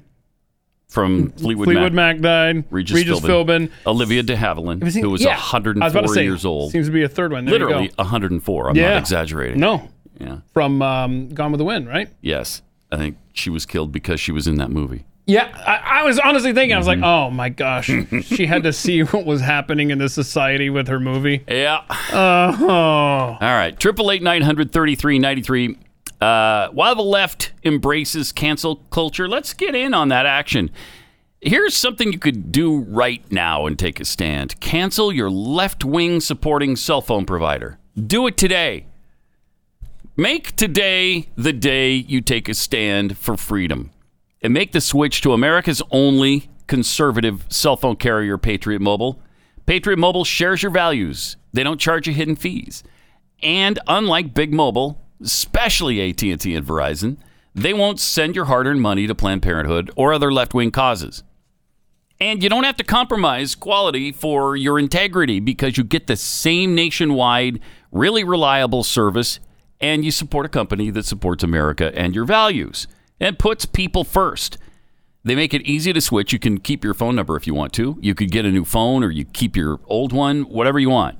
S2: from Fleetwood,
S3: Hmm. Fleetwood Mac, died,
S2: Regis,
S3: Philbin.
S2: Olivia de Havilland,
S3: Was he-
S2: who was
S3: yeah. I was about
S2: 104
S3: to say,
S2: years old.
S3: Seems to be a third one. There you go.
S2: Literally 104. I'm
S3: Yeah.
S2: not exaggerating.
S3: No.
S2: Yeah.
S3: From um, Gone with the Wind, right?
S2: Yes. I think she was killed because she was in that movie.
S3: Yeah, I, I was honestly thinking, I was
S2: Mm-hmm.
S3: like, oh my gosh, she had to see what was happening in this society with her movie.
S2: Yeah.
S3: oh.
S2: All right. Triple eight nine hundred thirty three ninety three. Uh, while the left embraces cancel culture, let's get in on that action. Here's something you could do right now and take a stand. Cancel your left wing supporting cell phone provider. Do it today. Make today the day you take a stand for freedom and make the switch to America's only conservative cell phone carrier, Patriot Mobile. Patriot Mobile shares your values. They don't charge you hidden fees. And unlike Big Mobile, especially AT&T and Verizon, they won't send your hard-earned money to Planned Parenthood or other left-wing causes. And you don't have to compromise quality for your integrity because you get the same nationwide, really reliable service and you support a company that supports America and your values and puts people first. They make it easy to switch. You can keep your phone number if you want to. You could get a new phone or you keep your old one, whatever you want.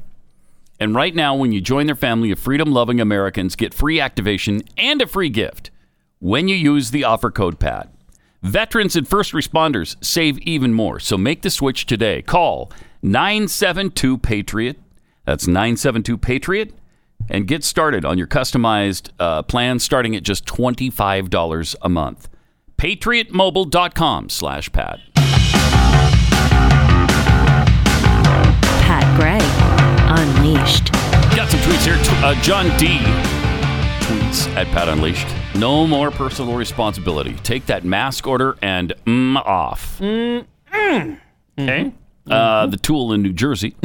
S2: And right now, when you join their family of freedom loving Americans, get free activation and a free gift when you use the offer code PAT. Veterans and first responders save even more. So make the switch today. Call 972 Patriot. That's 972 Patriot. And get started on your customized uh, plan starting at just $25 a month. PatriotMobile.com slash PAT.
S1: Pat Gray, Unleashed.
S2: Got some tweets here. T- Uh, John D. tweets at Pat Unleashed. No more personal responsibility. Take that mask order and mm off. Okay. Uh, the tool in New Jersey.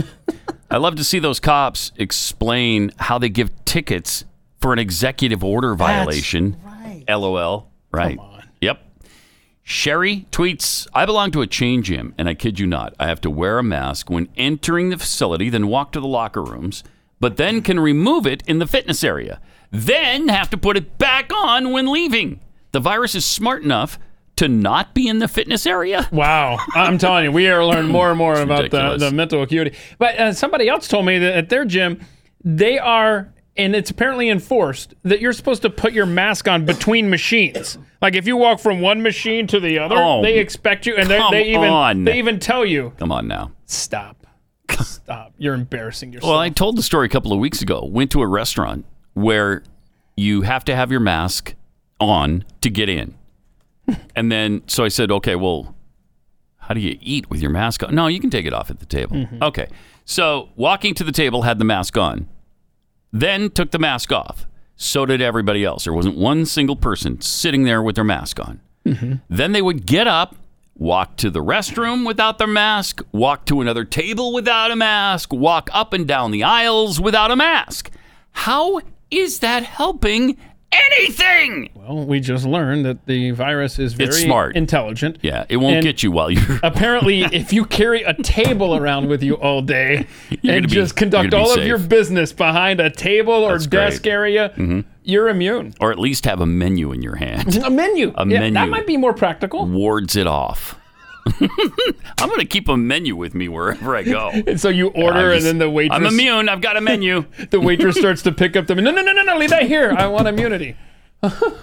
S2: I love to see those cops explain how they give tickets for an executive order violation. LOL. Right. Yep. Sherry tweets, I belong to a chain gym, and I kid you not, I have to wear a mask when entering the facility, then walk to the locker rooms, but then can remove it in the fitness area. Then have to put it back on when leaving. The virus is smart enough to not be in the fitness area.
S3: Wow. I'm telling you, we are learning more and more about the,
S2: ridiculous.
S3: the mental acuity. But uh, somebody else told me that at their gym, they are, and it's apparently enforced, that you're supposed to put your mask on between machines. Like if you walk from one machine to the other,
S2: Oh,
S3: they expect you, and they,
S2: come
S3: they even
S2: on.
S3: they even tell you,
S2: Come on now.
S3: stop, stop. You're embarrassing yourself.
S2: Well, I told the story a couple of weeks ago. Went to a restaurant where you have to have your mask on to get in. And then, so I said, okay, well, how do you eat with your mask on? No, you can take it off at the table. Okay. So walking to the table, had the mask on, then took the mask off. So did everybody else. There wasn't one single person sitting there with their mask on. Then they would get up, walk to the restroom without their mask, walk to another table without a mask, walk up and down the aisles without a mask. How is that helping anything?
S3: Well, we just learned that the virus is very
S2: smart.
S3: intelligent.
S2: Yeah, it won't
S3: And-
S2: get you while you're
S3: Apparently, if you carry a table around with you all day
S2: You're
S3: and
S2: gonna be-
S3: just
S2: you're
S3: conduct
S2: gonna be
S3: all
S2: safe.
S3: of your business behind a table or
S2: That's great.
S3: desk area,
S2: Mhm.
S3: you're immune.
S2: Or at least have a menu in your hand.
S3: A menu.
S2: A
S3: yeah,
S2: menu. Mm.
S3: That might be more practical.
S2: wards it off. I'm going to keep a menu with me wherever I go.
S3: And so you order,
S2: I'm
S3: and then the waitress.
S2: I'm immune. I've got a menu.
S3: the waitress starts to pick up the. No, no, no, no, no. Leave that here. I want immunity.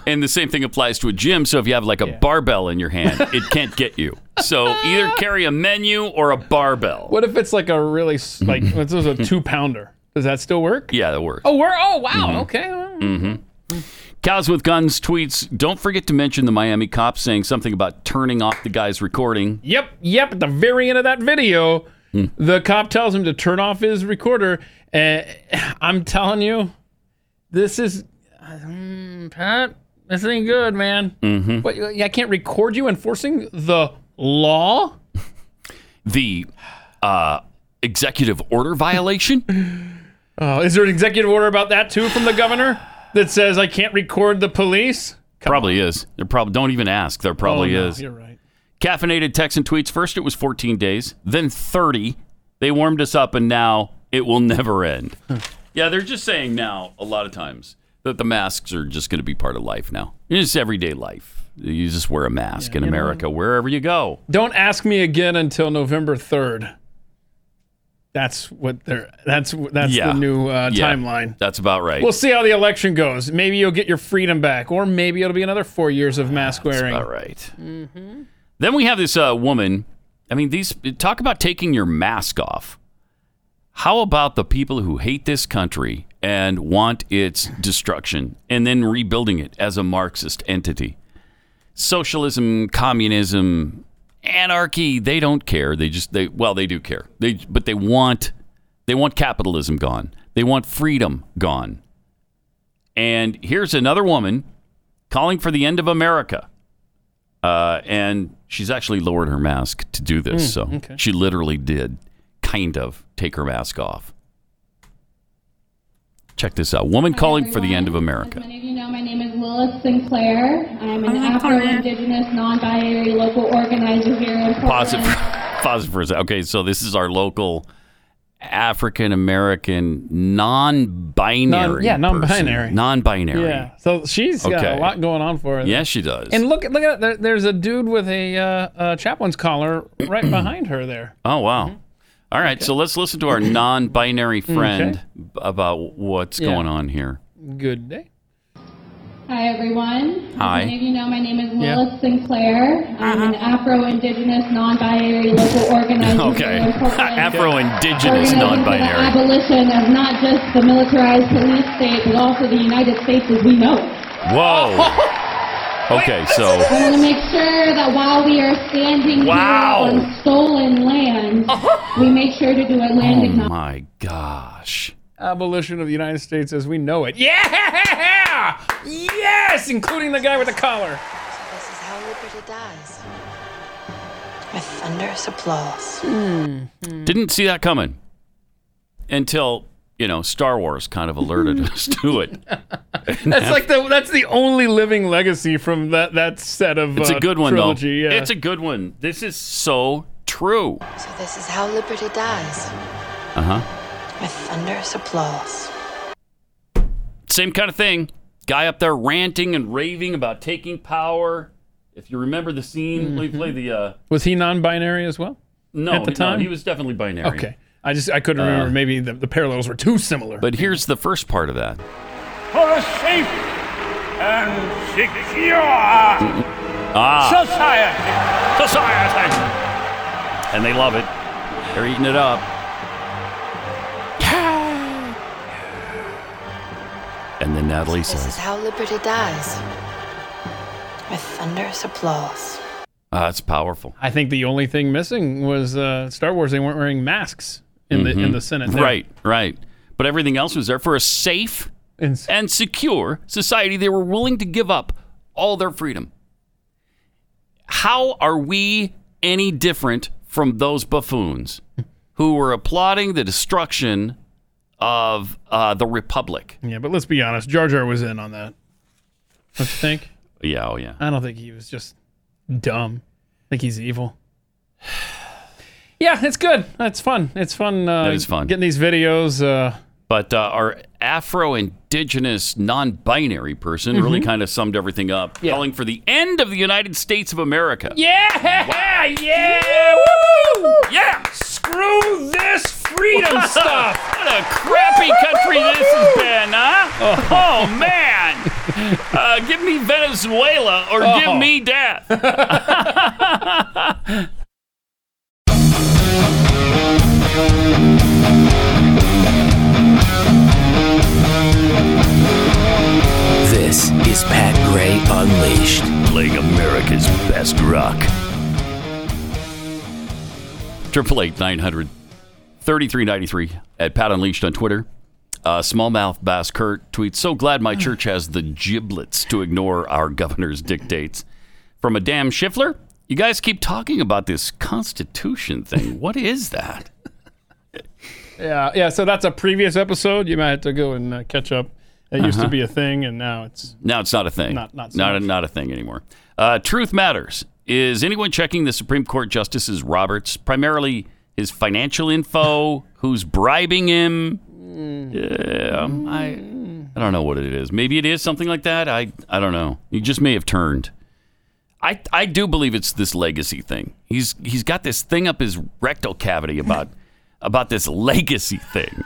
S2: And the same thing applies to a gym. So if you have like a barbell in your hand, it can't get you. So either carry a menu or a barbell.
S3: What if it's like a really s- like this is a two pounder? Does that still work?
S2: Mm-hmm. Yeah, that works.
S3: Oh, we're oh wow
S2: Mhm.
S3: okay. well,
S2: hmm Cows with Guns tweets Don't forget to mention the Miami cops saying something about turning off the guy's recording.
S3: Yep, yep. At the very end of that video,
S2: Hmm.
S3: the cop tells him to turn off his recorder. And I'm telling you, this is mm, Pat. This ain't good, man.
S2: Mhm.
S3: What, I can't record you enforcing the law.
S2: The uh, executive order violation?
S3: Oh, is there an executive order about that too from the governor that says I can't record the police?
S2: probably is. There probably don't even ask. There probably
S3: Oh, no,
S2: is.
S3: You're right.
S2: Caffeinated Texan tweets first it was 14 days, then 30. They warmed us up, and now it will never end. yeah, they're just saying now a lot of times that the masks are just going to be part of life now. It's just everyday life. You just wear a mask in America wherever you go.
S3: Don't ask me again until November third. That's what they're. That's that's
S2: Yeah.
S3: the new uh,
S2: Yeah.
S3: timeline.
S2: That's about right.
S3: We'll see how the election goes. Maybe you'll get your freedom back, or maybe it'll be another four years of mask wearing.
S2: All right. Then we have this uh, woman. I mean, these talk about taking your mask off. How about the people who hate this country and want its destruction and then rebuilding it as a Marxist entity? Socialism, communism, anarchy, they don't care. They just they well, they do care. They but they want they want capitalism gone. They want freedom gone. And here's another woman calling for the end of America. Uh, and she's actually lowered her mask to do this.
S3: Mm,
S2: so
S3: okay.
S2: she literally did kind of take her mask off. Check this out. Woman calling for the end of America.
S16: Many of you know my name is Willis Sinclair. I'm an Afro Indigenous non-binary local organizer here in Portland.
S2: Pause it for, pause it for a second. Okay, so this is our local African American non binary.
S3: Non- yeah, non-binary.
S2: Non binary.
S3: Yeah. So she's got
S2: Okay.
S3: a lot going on for her.
S2: Yes, she does.
S3: And look, look at there, there's a dude with a, uh, uh chaplain's collar right behind her there.
S2: Oh wow!
S3: Mm-hmm.
S2: All right, so let's listen to our non-binary friend b- about what's
S16: Yeah.
S2: going on here.
S3: Good day.
S16: Hi, everyone.
S2: Hi.
S16: As many of you know my name is
S2: Yeah.
S16: Willis Sinclair. I'm an Afro Indigenous non-binary local organizer
S2: Okay,
S16: here in Portland.
S2: Afro-Indigenous
S16: Organizing for the
S2: non-binary.
S16: Abolition of not just the militarized police state, but also the United States as we know. it.
S2: Whoa. Okay, so
S16: We want to make sure that while we are standing
S2: Wow.
S16: here
S3: Oh.
S16: on stolen land, we make sure to do a land
S2: oh
S16: acknowledgement.
S2: my gosh,
S3: Abolition of the United States as we know it. Yeah! Yes! Including the guy with the collar.
S17: This is how liberty dies. With thunderous applause.
S2: didn't see that coming until you know Star Wars kind of alerted us to it.
S3: That's like the that's the only living legacy from that that set of
S2: It's
S3: uh,
S2: a good one
S3: trilogy.
S2: though.
S3: Yeah.
S2: It's a good one. This is so true.
S17: So this is how liberty dies.
S2: Uh huh.
S17: With thunderous applause.
S2: Same kind of thing. Guy up there ranting and raving about taking power. If you remember the scene, we play the. Uh,
S3: Was he non-binary as well?
S2: No,
S3: at Mm-hmm. the
S2: no,
S3: time
S2: he was definitely binary.
S3: Okay, I just I couldn't remember.
S2: Uh,
S3: Maybe the, the parallels were too similar.
S2: But here's the first part of that.
S18: for a safe and secure
S2: Ah,
S18: society. Society.
S2: and they love it. They're eating it up. And then Natalie
S17: This is
S2: says,
S17: how liberty dies. With thunderous applause.
S2: "Ah, it's powerful."
S3: I think the only thing missing was uh, Star Wars. They weren't wearing masks in the in
S2: Mhm.
S3: the Senate. there.
S2: Right, right. But everything else was there for a safe
S3: and,
S2: secure society. They were willing to give up all their freedom. How are we any different from those buffoons who were applauding the destruction of uh, the republic?
S3: Yeah, but let's be honest. Jar Jar was in on that. Don't you think?
S2: Yeah, oh yeah.
S3: I don't think he was just dumb. I think he's evil. Yeah, it's good. It's fun. It's fun. Uh,
S2: That is fun.
S3: Getting these videos. Uh,
S2: But uh, our Afro indigenous non binary person really
S3: Mhm.
S2: kind of summed everything up, calling for the end of the United States of America.
S18: Yeah, yeah, woo, yeah. Screw this freedom stuff.
S2: what a crappy country this has been, huh? Oh, man. Uh, give me Venezuela or give
S18: Oh.
S2: me death.
S19: This is Pat Gray Unleashed, playing America's best rock.
S2: Triple eight nine hundred thirty three ninety three at Pat Unleashed on Twitter. Uh, smallmouth Bass Kurt tweets: "So glad my church has the giblets to ignore our governor's dictates." From a damn Schiffler, you guys keep talking about this Constitution thing. What is that?
S3: Yeah, yeah. So that's a previous episode. You might have to go and uh, catch up. It used to
S2: Uh-huh.
S3: be a thing, and now it's
S2: Now it's not a thing.
S3: Not- not so
S2: not, a, not a thing anymore. Uh, Truth matters. Is anyone checking the Supreme Court justices Roberts primarily his financial info? who's bribing him?
S3: Mm.
S2: Yeah, um, I I don't know what it is. Maybe it is something like that. I I don't know. He just may have turned. I I do believe it's this legacy thing. He's he's got this thing up his rectal cavity about about this legacy thing.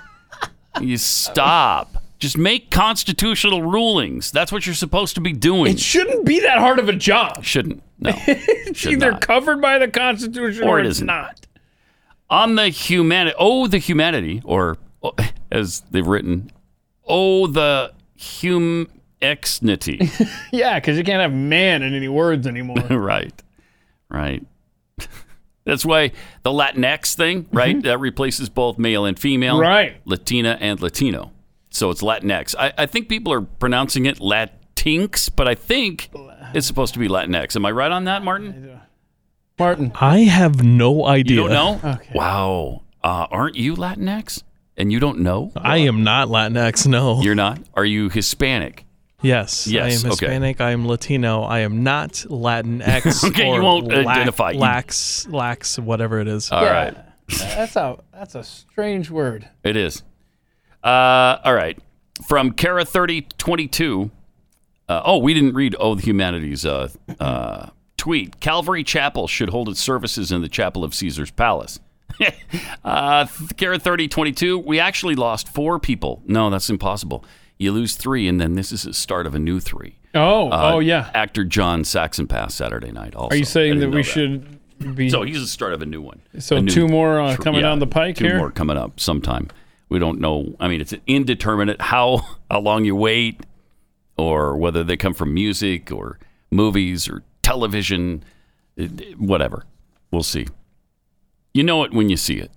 S2: You stop. Just make constitutional rulings. That's what you're supposed to be doing. It
S3: shouldn't be that hard of a job.
S2: Shouldn't. No.
S3: it's
S2: Should
S3: either
S2: not.
S3: covered by the Constitution
S2: Or
S3: or,
S2: it
S3: it's
S2: isn't.
S3: not.
S2: On the humanity, oh, the humanity, or oh, as they've written, oh, the hum exnity.
S3: Yeah, because you can't have man in any words anymore.
S2: right, right. That's why the Latinx thing, right? That replaces both male and female,
S3: Right.
S2: Latina and Latino. So it's Latinx. I, I think people are pronouncing it Latinx, but I think it's supposed to be Latinx. Am I right on that, Martin?
S3: Martin.
S20: I have no idea.
S2: You don't know? Wow. Uh, aren't you Latinx? And you don't know?
S14: Uh,
S20: I am not Latinx. No.
S2: You're not. Are you Hispanic?
S20: Yes.
S2: Yes,
S20: I am
S2: okay.
S20: Hispanic. I am Latino. I am not Latinx.
S2: Okay,
S20: or
S2: you won't
S20: lac-
S2: identify. You-
S20: Lax, lax, whatever it is.
S2: All right.
S3: that's a that's a strange word.
S2: It is. Uh, all right. From Kara thirty twenty two. Uh, oh, we didn't read. Oh, the humanities uh, uh, tweet. Calvary Chapel should hold its services in the chapel of Caesar's Palace. uh, Kara thirty twenty two. We actually lost four people. No, that's impossible. You lose three, and then this is the start of a new three.
S3: Oh,
S2: Uh,
S3: oh yeah.
S2: Actor John Saxon passed Saturday night. Also,
S3: Are you
S2: I
S3: saying
S2: didn't
S3: that we
S2: know
S3: should be?
S2: So he's the start of a new one.
S3: So
S2: A new-
S3: two more uh,
S2: tr-
S3: coming
S2: yeah,
S3: down the pike
S2: two
S3: here.
S2: more coming up sometime. We don't know. I mean, it's indeterminate how how long you wait, or whether they come from music or movies or television, it- whatever. We'll see. You know it when you see it.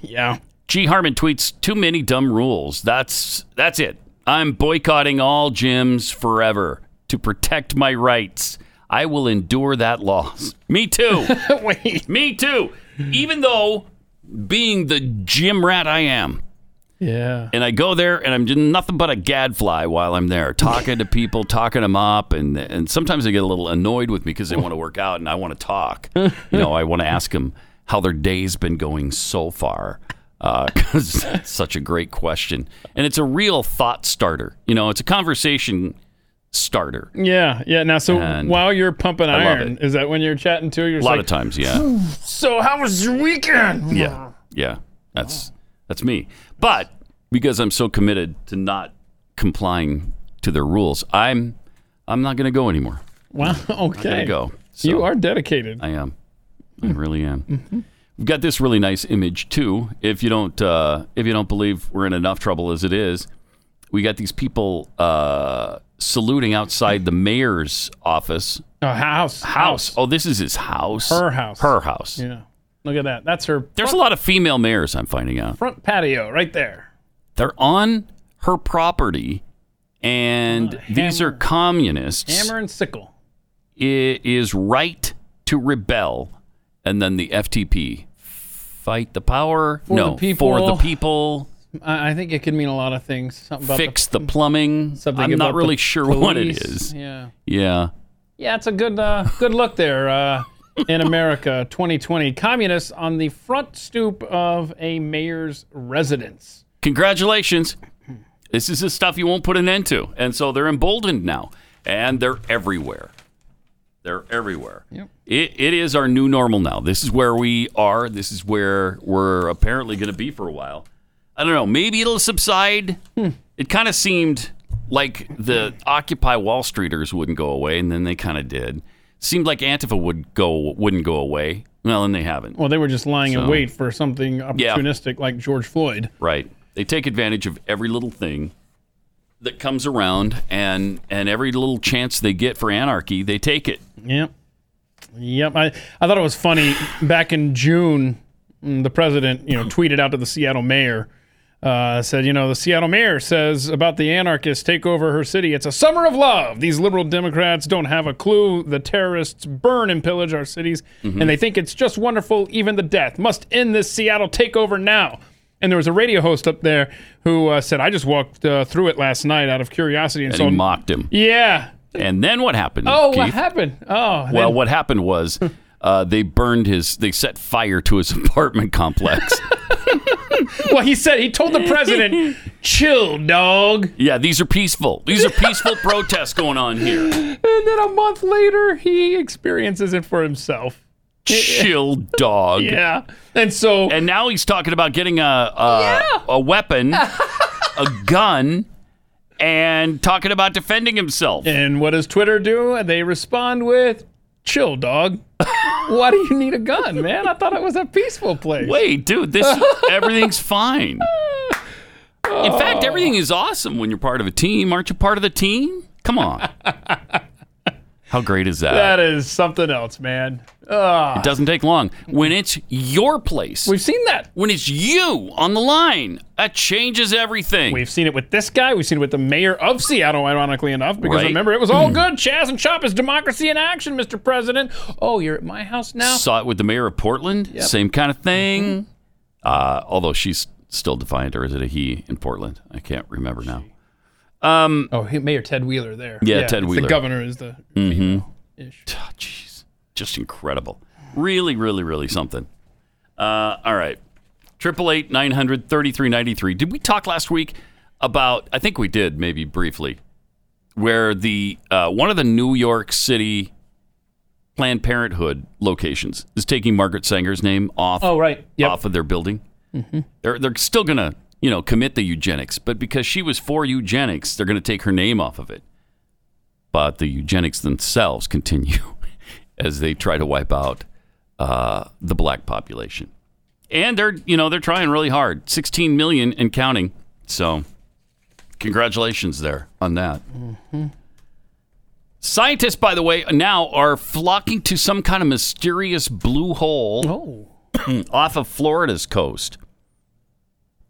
S3: yeah.
S2: G Harmon tweets too many dumb rules. That's that's it. I'm boycotting all gyms forever to protect my rights. I will endure that loss. Me too.
S3: Wait.
S2: Me too. Even though being the gym rat I am,
S3: Yeah.
S2: and I go there and I'm just nothing but a gadfly while I'm there, talking to people, talking them up, and and sometimes they get a little annoyed with me because they want to work out and I want to talk. You know, I want to ask them how their day's been going so far. Because that's such a great question, and it's a real thought starter. You know, it's a conversation starter.
S3: Yeah, yeah. Now, so
S2: And
S3: while you're pumping
S2: I love
S3: iron, is that when you're chatting to? You're
S2: A
S3: just
S2: lot
S3: like,
S2: of times, yeah,
S3: So how was your weekend?
S2: yeah, yeah. That's that's me. But because I'm so committed to not complying to their rules, I'm I'm not going to go anymore.
S3: Wow. Okay.
S2: I go.
S3: You are Mm-hmm. dedicated.
S2: I am. I really am. We've got this really nice image too. If you don't, uh, if you don't believe we're in enough trouble as it is, we got these people uh, saluting outside the mayor's office.
S3: Oh, house.
S2: House. Oh, this is his house.
S3: Her house.
S2: Her house.
S3: Yeah. Look at that. That's her
S2: There's a lot of female mayors. I'm finding out.
S3: front patio right there.
S2: They're on her property, and these are communists.
S3: Uh, Hammer and sickle.
S2: it is right to rebel, and then the FTP fight the power.
S3: For
S2: no,
S3: the people.
S2: for the people.
S3: I, I think it could mean a lot of things. Something about
S2: Fix the, plumbing.
S3: Something
S2: I'm
S3: about
S2: not
S3: the
S2: really sure what it
S3: police.
S2: is.
S3: Yeah.
S2: Yeah.
S3: Yeah, it's a good uh, good look there uh, in America 2020. Communists on the front stoop of a mayor's residence.
S2: Congratulations. This is the stuff you won't put an end to. And so they're emboldened now, and they're everywhere. They're everywhere. It, it is our new normal now. This is where we are. This is where we're apparently going to be for a while. I don't know. Maybe it'll subside. It kind of seemed like the Occupy Wall Streeters wouldn't go away, and then they kind of did. Seemed like Antifa would go wouldn't go away. Well, and they haven't.
S3: Well, they were just lying in
S2: So-
S3: wait for something
S2: Yeah.
S3: opportunistic like George Floyd.
S2: Right. They take advantage of every little thing that comes around and and every little chance they get for anarchy, they take it.
S3: Yep. Yep. I, I thought it was funny back in June, mm, the president, you know, tweeted out to the Seattle mayor, uh, said, you know, the Seattle mayor says about the anarchists take over her city. It's a summer of love. These liberal Democrats don't have a clue. The terrorists burn and pillage our cities,
S18: Mhm.
S3: and they think it's just wonderful. Even the death must end this Seattle takeover now. And there was a radio host up there who uh, said, I just walked uh, through it last night out of curiosity. And,
S2: And
S3: so,
S2: he mocked him.
S3: yeah.
S2: And then what happened?
S3: Oh, what
S2: Keith?
S3: happened? Oh,
S2: Well,
S3: then-
S2: what happened was uh, they burned his they set fire to his apartment complex.
S3: well, he said he told the president, "Chill, dog."
S2: Yeah, these are peaceful. These are peaceful protests going on here.
S3: and then a month later, he experiences it for himself.
S2: Chill dog.
S3: Yeah, and so
S2: and now he's talking about getting a a, a weapon, a gun, and talking about defending himself.
S3: And what does Twitter do? They respond with, "Chill, dog. Why do you need a gun, man? I thought it was a peaceful place."
S2: Wait, dude, this everything's fine. In fact, everything is awesome when you're part of a team. Aren't you part of the team? Come on. How great is that?
S3: that is something else, man. Ah.
S2: It doesn't take long. When it's your place. We've
S3: seen that.
S2: When it's you on the line, that changes everything.
S3: We've seen it with this guy. We've seen it with the mayor of Seattle, ironically enough, because
S2: Right.
S3: remember, it was all good. Chaz and Chop is democracy in action, Mr. President. Oh, you're at my house now?
S2: Saw it with the mayor of Portland. Same kind of thing. Uh, although she's still defiant, or is it a he in Portland? I can't remember now. Um,
S3: oh, he- Mayor Ted Wheeler there.
S2: Yeah, Ted
S3: it's
S2: Wheeler.
S3: The governor is the.
S2: Mm-hmm. Jeez, just incredible. Really, really, really something. Uh, all right, triple eight nine hundred thirty three ninety three. Did we talk last week about? I think we did, maybe briefly, where the uh, one of the New York City Planned Parenthood locations is taking Margaret Sanger's name off.
S3: Oh, right.
S2: off of their building.
S3: Mhm.
S2: They're they're still gonna you know commit the eugenics, but because she was for eugenics, they're gonna take her name off of it. But the eugenics themselves continue as they try to wipe out uh, the black population, and they're you know they're trying really hard, 16 million and counting. So, congratulations there on that. Scientists, by the way, now are flocking to some kind of mysterious blue hole
S3: Oh.
S2: off of Florida's coast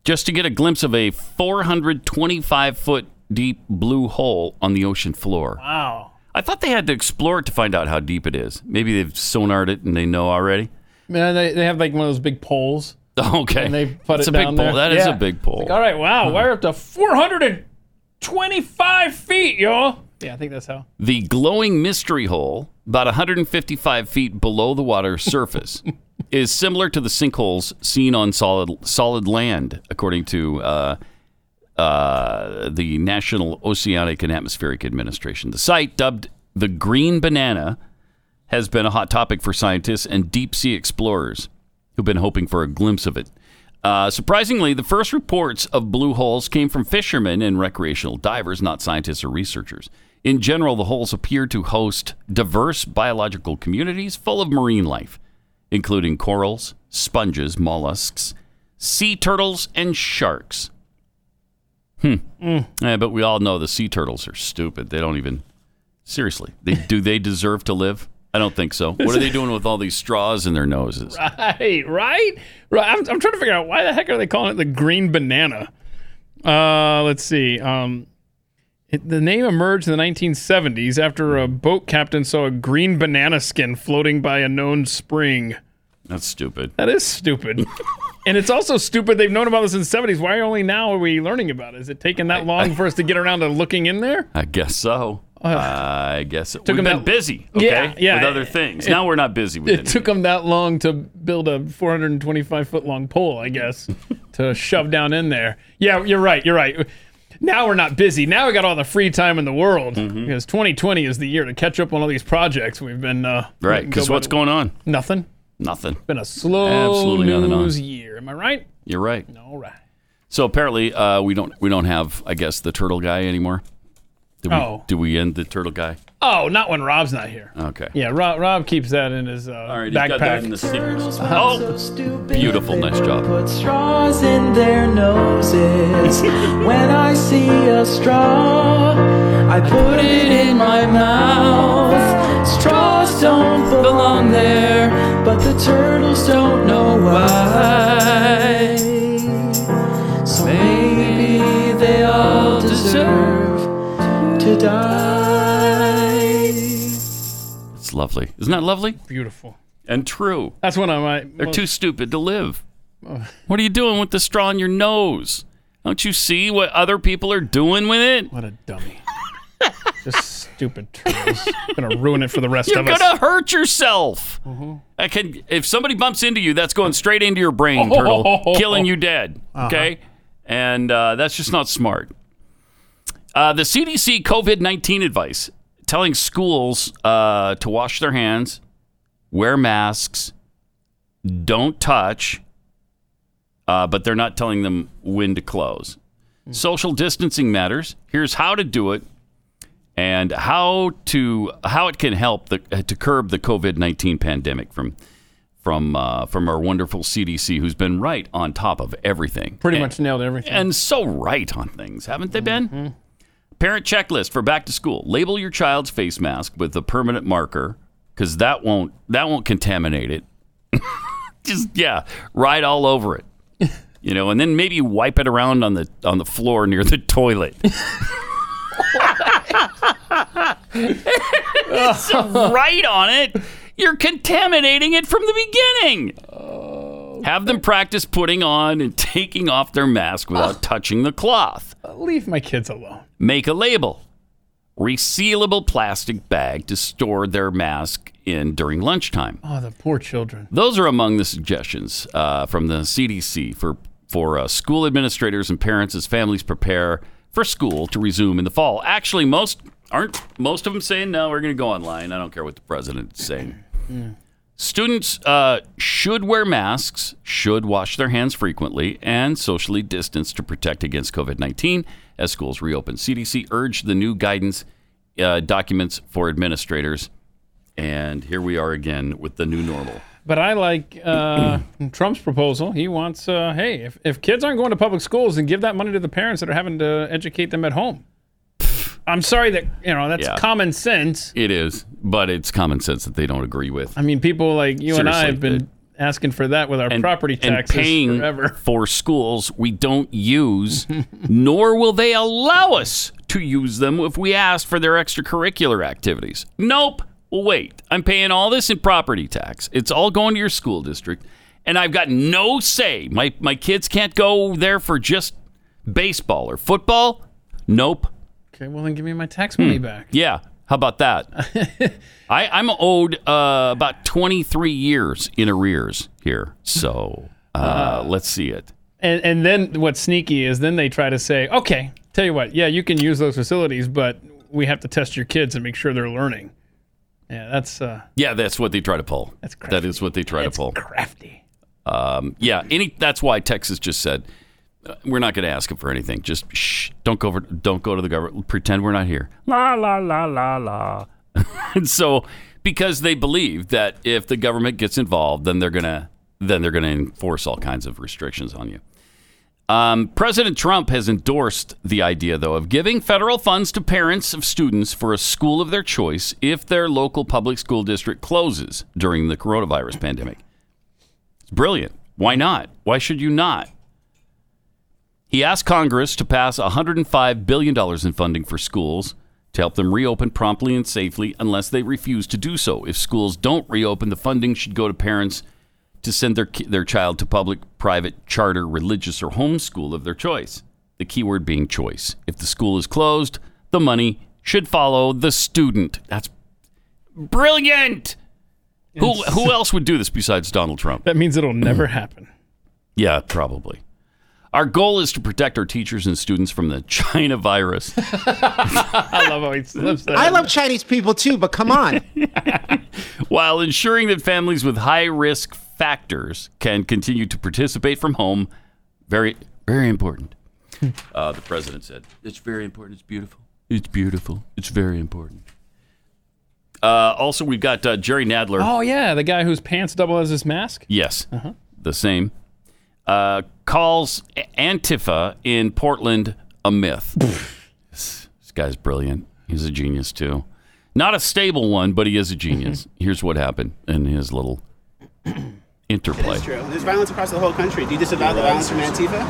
S2: just to get a glimpse of a 425 foot deep blue hole on the ocean floor.
S3: Wow.
S2: I thought they had to explore it to find out how deep it is. Maybe they've sonared it and they know already.
S3: Man, they, they have like one of those big poles.
S2: Okay.
S3: And they put
S2: That's
S3: it
S2: a big
S3: down
S2: pole.
S3: there.
S2: That is a
S3: Yeah.
S2: big pole.
S3: Like, all right, wow, we're up to 425 feet, y'all. Yeah, I think that's how.
S2: the glowing mystery hole, about 155 feet below the water's surface, is similar to the sinkholes seen on solid solid land, according to uh, uh, the National Oceanic and Atmospheric Administration. The site, dubbed the Green Banana, has been a hot topic for scientists and deep sea explorers who've been hoping for a glimpse of it. Uh, surprisingly, the first reports of blue holes came from fishermen and recreational divers, not scientists or researchers. In general, the holes appear to host diverse biological communities full of marine life, including corals, sponges, mollusks, sea turtles, and sharks. Hmm. Eh, but we all know the sea turtles are stupid. They don't even. Seriously, they, do they deserve to live? I don't think so. What are they doing with all these straws in their noses?
S3: Right, right, right. I'm, I'm trying to figure out why the heck are they calling it the green banana? Uh, let's see. Um, it, the name emerged in the 1970s after a boat captain saw a green banana skin floating by a known spring.
S2: That's stupid.
S3: That is stupid. and it's also stupid they've known about this in the 70s. Why only now are we learning about it? Is it taking that long for us to get around to looking in there?
S2: I guess so. I guess it.
S3: Oh, Took
S2: We've been
S3: them that-
S2: busy, okay,
S3: Yeah, yeah.
S2: with other things.
S3: It-
S2: now we're not busy with
S3: It
S2: it.
S3: took them that long to build a 425 foot long pole, I guess, to shove down in there. Yeah, you're right. You're right. now we're not busy. Now we got all the free time in the world
S2: Mm-hmm.
S3: because 2020 is the year to catch up on all these projects we've been uh,
S2: Right.
S3: Go
S2: Because
S3: by
S2: what's
S3: the-
S2: going on?
S3: Nothing.
S2: Nothing.
S3: Been a slow
S2: Absolutely nothing on.
S3: news year. Am I right?
S2: You're right.
S3: All right.
S2: So apparently, uh, we don't we don't have I guess the turtle guy anymore. Did we,
S3: Oh.
S2: Do we end the turtle guy?
S3: Oh, not when Rob's not here.
S2: Okay.
S3: Yeah, Rob, Rob keeps that in his uh,
S2: He's
S3: backpack.
S2: got that in the secrets. Oh, beautiful. Nice job.
S21: straws in their noses. when I see a straw, I put it in my mouth. Straws don't belong there, but the turtles don't know
S2: Uh,
S21: why. So maybe they all deserve to die.
S2: It's lovely. Isn't that lovely?
S3: Beautiful.
S2: And true.
S3: That's one of my.
S2: They're too stupid to live. What are you doing with the straw in your nose? Don't you see what other people are doing with it?
S3: What a dummy. Just stupid turtles. Gonna ruin it for the rest
S2: You're
S3: of us. Mm-hmm.
S2: gonna hurt yourself. I can. If somebody bumps into you, that's going straight into your
S3: Oh.
S2: brain, turtle, killing you dead.
S3: Uh-huh.
S2: Okay, and uh, that's just not smart. Uh, the CDC COVID nineteen advice telling schools uh, to wash their hands, wear masks, don't touch, uh, but they're not telling them when to close. Social distancing matters. Here's how to do it and how to how it can help the, uh, to curb the COVID nineteen pandemic from from uh, from our wonderful CDC, who's been right on top of everything,
S3: Pretty
S2: And-
S3: much nailed everything.
S2: and so right on things, haven't they been? Parent checklist for back to school: label your child's face mask with a permanent marker because that won't that won't contaminate it. Just yeah, right all over it. You know, and then maybe wipe it around on the on the floor near the toilet. It's right on it. You're contaminating it from the beginning. Have them practice putting on and taking off their mask without touching the cloth.
S3: Leave my kids alone.
S2: Make a label. Resealable plastic bag to store their mask in during lunchtime.
S3: Oh, the poor children.
S2: Those are among the suggestions uh, from the CDC for for uh, school administrators and parents as families prepare for school to resume in the fall. Actually, most aren't most of them saying no. We're going to go online. I don't care what the president is saying. Students uh, should wear masks, should wash their hands frequently, and socially distance to protect against COVID 19 as schools reopen. CDC urged the new guidance uh, documents for administrators. And here we are again with the new normal.
S3: But I like uh, Trump's proposal. He wants, uh, hey, if, if kids aren't going to public schools, then give that money to the parents that are having to educate them at home. I'm sorry that, you know, that's
S2: Yeah.
S3: common sense.
S2: It is, but it's common sense that they don't agree with.
S3: I mean, people like you and I
S2: Seriously,
S3: have been asking for that with our property
S2: And
S3: taxes
S2: paying
S3: forever.
S2: for schools we don't use, nor will they allow us to use them if we ask for their extracurricular activities. Nope. Wait, I'm paying all this in property tax. It's all going to your school district, and I've got no say. My my kids can't go there for just baseball or football. Nope.
S3: Okay, well then give me my tax
S2: Hmm.
S3: money back.
S2: Yeah. How about that? I, I'm owed uh, about 23 years in arrears here. So uh, let's see it.
S3: And and then what's sneaky is then they try to say, okay, tell you what, yeah, you can use those facilities, but we have to test your kids and make sure they're learning. Yeah, that's uh,
S2: Yeah, that's what they try to pull. That's crafty. That is what they try to pull.
S3: Crafty.
S2: Um, yeah. Any. That's why Texas just said uh, we're not going to ask them for anything. Just shh. Don't go. Over, don't go to the government. Pretend we're not here. La la la la la. and so because they believe that if the government gets involved, then they're gonna then they're gonna enforce all kinds of restrictions on you. Um, President Trump has endorsed the idea, though, of giving federal funds to parents of students for a school of their choice if their local public school district closes during the coronavirus pandemic. It's brilliant. Why not? Why should you not? He asked Congress to pass $105 billion in funding for schools to help them reopen promptly and safely unless they refuse to do so. If schools don't reopen, the funding should go to parents to send their, ki- their child to public, private, charter, religious, or home school of their choice. The key word being choice. If the school is closed, the money should follow the student. That's brilliant. Who, who else would do this besides Donald Trump?
S3: that means it'll never happen.
S2: Yeah, probably. Our goal is to protect our teachers and students from the China virus.
S3: I love how he slips that.
S11: I love Chinese people too, but come on.
S2: while ensuring that families with high risk factors can continue to participate from home. Very, very important. Uh, the president said, It's very important. It's beautiful. It's beautiful. It's very important. Uh, also, we've got uh, Jerry Nadler.
S3: Oh yeah, the guy whose pants double as his mask.
S2: Yes, the same. Uh, calls A- Antifa in Portland a myth. this, this guy's brilliant. He's a genius too. Not a stable one, but he is a genius. Here's what happened in his little interplay.
S4: That's true. There's violence across the whole country. Do you disavow the violence from Antifa?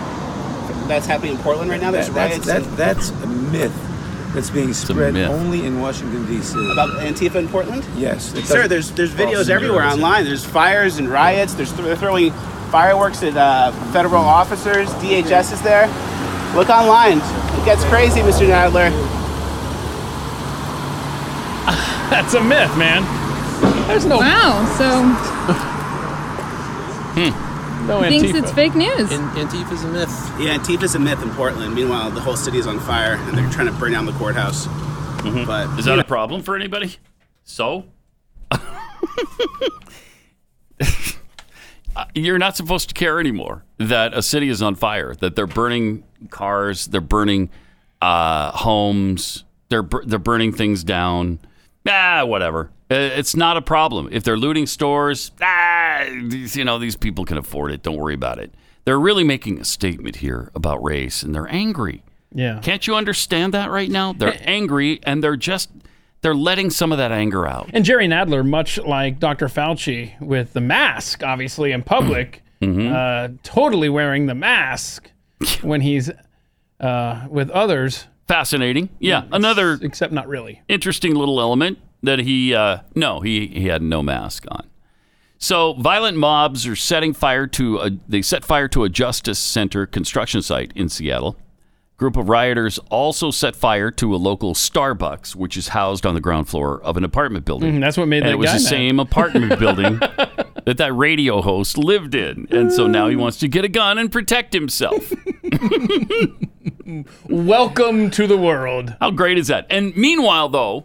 S4: That's happening in Portland right now. There's
S22: That-
S4: riots.
S22: that's, that,
S4: and-
S22: that's a myth that's being
S4: a
S22: spread
S4: myth.
S22: only in Washington, D.C.
S4: about Antifa in Portland.
S22: Yes. it
S4: Sir,
S22: doesn't-
S4: there's there's
S22: Well,
S4: Oh, videos
S22: yeah,
S4: everywhere
S22: it's-
S4: online. There's fires and riots. There's th- they're throwing fireworks at uh, federal officers. DHS is there. Look online. It gets crazy, Mr. Nadler.
S3: That's a myth, man. There's no.
S23: Wow. So
S4: No
S23: he thinks it's fake news.
S4: Antifa's a myth. Yeah, Antifa's a myth in Portland. Meanwhile, the whole city is on fire and they're trying to burn down the courthouse. But
S2: Is that a problem for anybody? So? Uh, You're not supposed to care anymore that a city is on fire, that they're burning cars, they're burning uh, homes, they're, bur- they're burning things down. Ah, whatever. Uh, It's not a problem. If they're looting stores, ah, these, you know, these people can afford it. Don't worry about it. They're really making a statement here about race and they're angry.
S3: Yeah.
S2: Can't you understand that right now? They're angry and they're just they're letting some of that anger out.
S3: And Jerry Nadler, much like Dr. Fauci with the mask, obviously in public,
S2: Mm-hmm.
S3: uh, totally wearing the mask when he's uh, with others.
S2: Fascinating. Yeah, another
S3: except not really.
S2: Interesting little element that he uh no, he he had no mask on. So, violent mobs are setting fire to a, they set fire to a justice center construction site in Seattle. Group of rioters also set fire to a local Starbucks, which is housed on the ground floor of an apartment building.
S3: Mhm, that's what made
S2: and
S3: that
S2: it was
S3: guy
S2: the
S3: mad.
S2: same apartment building that that radio host lived in, and so now he wants to get a gun and protect himself.
S3: Welcome to the world.
S2: How great is that? And meanwhile, though,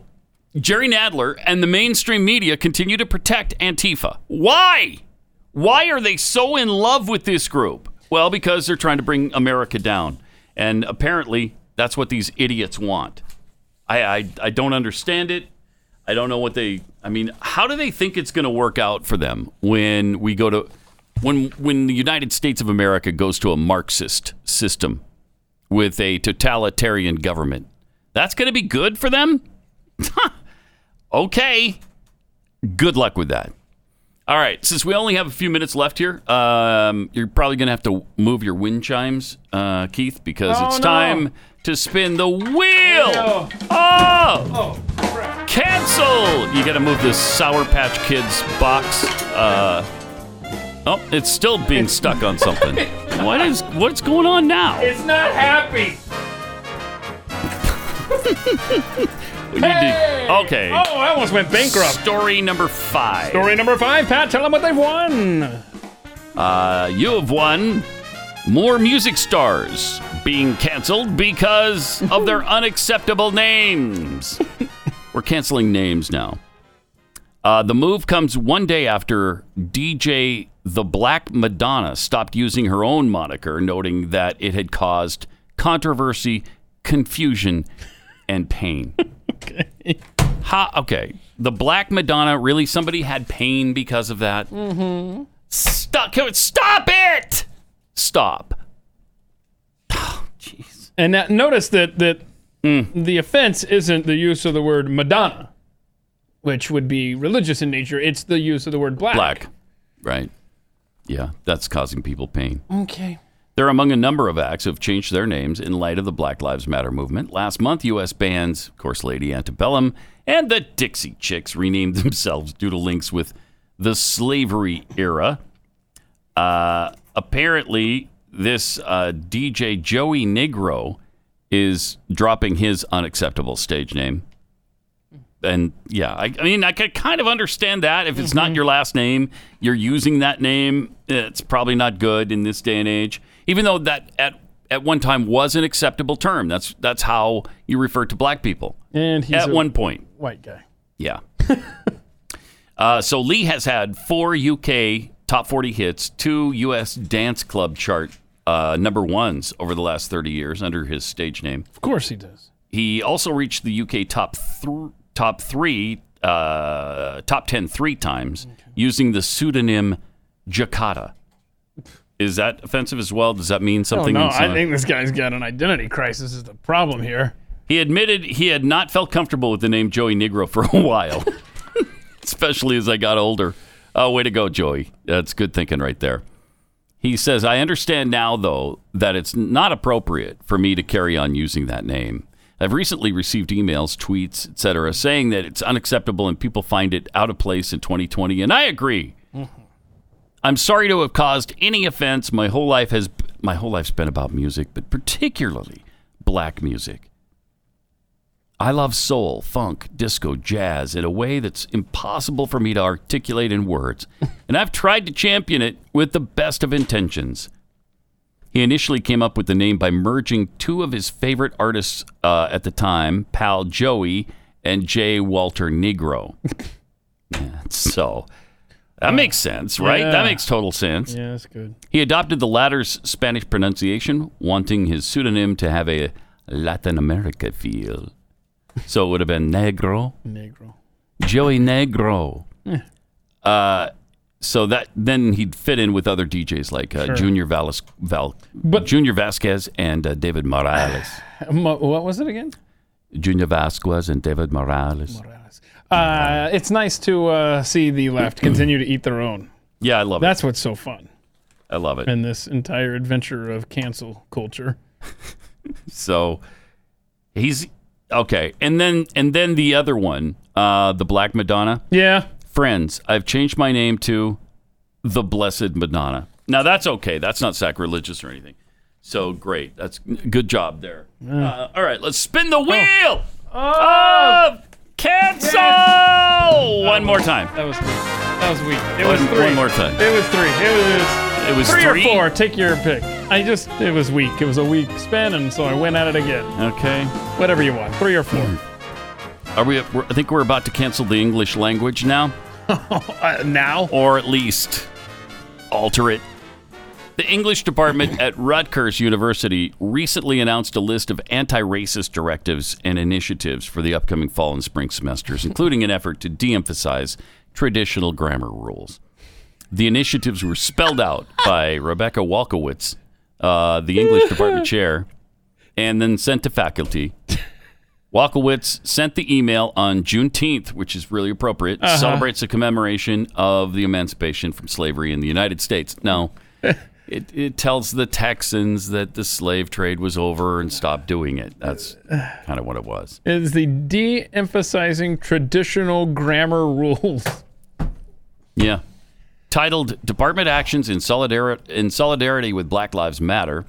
S2: Jerry Nadler and the mainstream media continue to protect Antifa. Why? Why are they so in love with this group? Well, because they're trying to bring America down. And apparently, that's what these idiots want. I, I, I don't understand it. I don't know what they. I mean, how do they think it's going to work out for them when we go to when when the United States of America goes to a Marxist system with a totalitarian government? That's going to be good for them. okay. Good luck with that. All right. Since we only have a few minutes left here, um, you're probably going to have to move your wind chimes, uh, Keith, because
S18: Oh,
S2: it's
S18: no.
S2: time to spin the wheel.
S18: No.
S2: Oh! Cancel! You gotta move this Sour Patch Kids box. Uh, oh, it's still being stuck on something. what is what's going on now?
S18: It's not happy.
S2: We need to-
S18: Hey!
S2: okay.
S3: Oh, I almost went bankrupt.
S2: Story number five.
S3: Story number five, Pat, tell them what they've won.
S2: Uh, you have won more music stars being canceled because of their unacceptable names. We're canceling names now. Uh, the move comes one day after DJ The Black Madonna stopped using her own moniker, noting that it had caused controversy, confusion, and pain. okay. Ha, okay. The Black Madonna, really? Somebody had pain because of that?
S18: Mm-hmm.
S2: Stop! Can we- Stop it! Stop.
S3: And that, notice that that
S2: Mm.
S3: the offense isn't the use of the word Madonna, which would be religious in nature. It's the use of the word black.
S2: Black. Right. Yeah, that's causing people pain.
S3: Okay.
S2: They're among a number of acts who have changed their names in light of the Black Lives Matter movement. Last month, U.S. bands, of course, Lady Antebellum and the Dixie Chicks renamed themselves due to links with the slavery era. Uh, apparently, this uh, DJ Joey Negro is dropping his unacceptable stage name. and yeah, I, I mean, I could kind of understand that if it's not your last name, you're using that name. It's probably not good in this day and age. Even though that at at one time was an acceptable term. That's that's how you refer to black people.
S3: And he's
S2: at
S3: a
S2: one point,
S3: white guy.
S2: yeah. uh, so Lee has had four UK top 40 hits, two US dance club chart uh, number ones over the last 30 years under his stage name.
S3: Of course he does.
S2: He also reached the UK top thr top three, uh, top ten three times using the pseudonym Jakarta. Is that offensive as well? Does that mean something?
S3: oh, no,
S2: in
S3: I
S2: some-
S3: think this guy's got an identity crisis. Is the problem here?
S2: He admitted he had not felt comfortable with the name Joey Negro for a while, especially as I got older. Oh, way to go, Joey. That's good thinking right there. He says, I understand now, though, that it's not appropriate for me to carry on using that name. I've recently received emails, tweets, etc., saying that it's unacceptable and people find it out of place in 2020, and I agree. I'm sorry to have caused any offense. My whole life has my whole life's been about music, but particularly black music. I love soul, funk, disco, jazz in a way that's impossible for me to articulate in words, and I've tried to champion it with the best of intentions. He initially came up with the name by merging two of his favorite artists uh, at the time, Pal Joey and J. Walter Negro. so that makes sense, right?
S3: Yeah.
S2: That makes total sense.
S3: Yeah, that's good.
S2: He adopted the latter's Spanish pronunciation, wanting his pseudonym to have a Latin America feel. So it would have been Negro.
S3: Negro.
S2: Joey Negro.
S3: Yeah.
S2: Uh, so that then he'd fit in with other DJs like uh,
S3: Sure.
S2: Junior Valis, Val, Junior Vasquez and uh, David Morales.
S3: Mo- what was it again?
S2: Junior Vasquez and David Morales.
S3: Uh, it's nice to uh, see the left continue to eat their own.
S2: Yeah, I love
S3: That's what's so fun
S2: it. I love it.
S3: in this entire adventure of cancel culture.
S2: So he's okay. And then and then the other one, uh, the Black Madonna.
S3: Yeah.
S2: Friends, I've changed my name to the Blessed Madonna. Now that's okay. That's not sacrilegious or anything. So great. That's good job there. Uh, all right, let's spin the wheel. Oh, cancel! One more time.
S3: That was weak. That was weak. It
S2: One-
S3: was three.
S2: one more time.
S3: It was three. It was.
S2: It was
S3: three,
S2: three?
S3: or four. Take your pick. I just. It was weak. It was a weak spin, and so I went at it again.
S2: Okay.
S3: Whatever you want. Three or four.
S2: Are we? we're- I think we're about to cancel the English language now.
S3: uh, now,
S2: or at least alter it. The English department at Rutgers University recently announced a list of anti-racist directives and initiatives for the upcoming fall and spring semesters, including an effort to de-emphasize traditional grammar rules. The initiatives were spelled out by Rebecca Walkowitz, uh, the English department chair, and then sent to faculty. Walkowitz sent the email on Juneteenth, which is really appropriate.
S3: Uh-huh.
S2: Celebrates the commemoration of the emancipation from slavery in the United States. No, it, it tells the Texans that the slave trade was over and stopped doing it. That's kind of what it was.
S3: It is the de-emphasizing traditional grammar rules.
S2: Yeah. Titled Department Actions in Solidarity, in Solidarity with Black Lives Matter,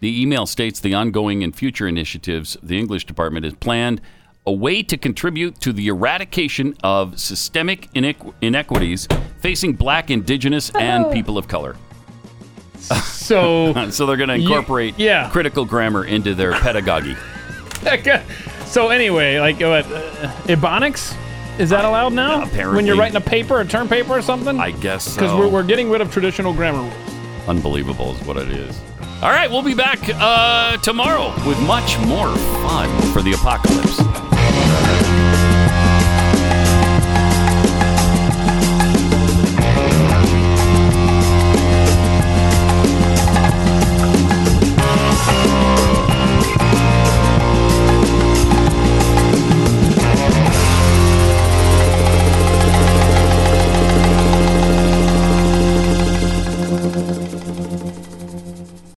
S2: the email states the ongoing and future initiatives of the English department has planned a way to contribute to the eradication of systemic inequ- inequities facing black, indigenous, and people of color.
S3: So
S2: so they're going to incorporate
S3: yeah.
S2: critical grammar into their pedagogy.
S3: That guy- so anyway, like what? Uh, Ebonics? Is that allowed now?
S2: Apparently.
S3: When you're writing a paper, a term paper, or something?
S2: I guess so.
S3: Because we're, we're getting rid of traditional grammar rules.
S2: Unbelievable is what it is. All right, we'll be back uh, tomorrow with much more fun for the apocalypse.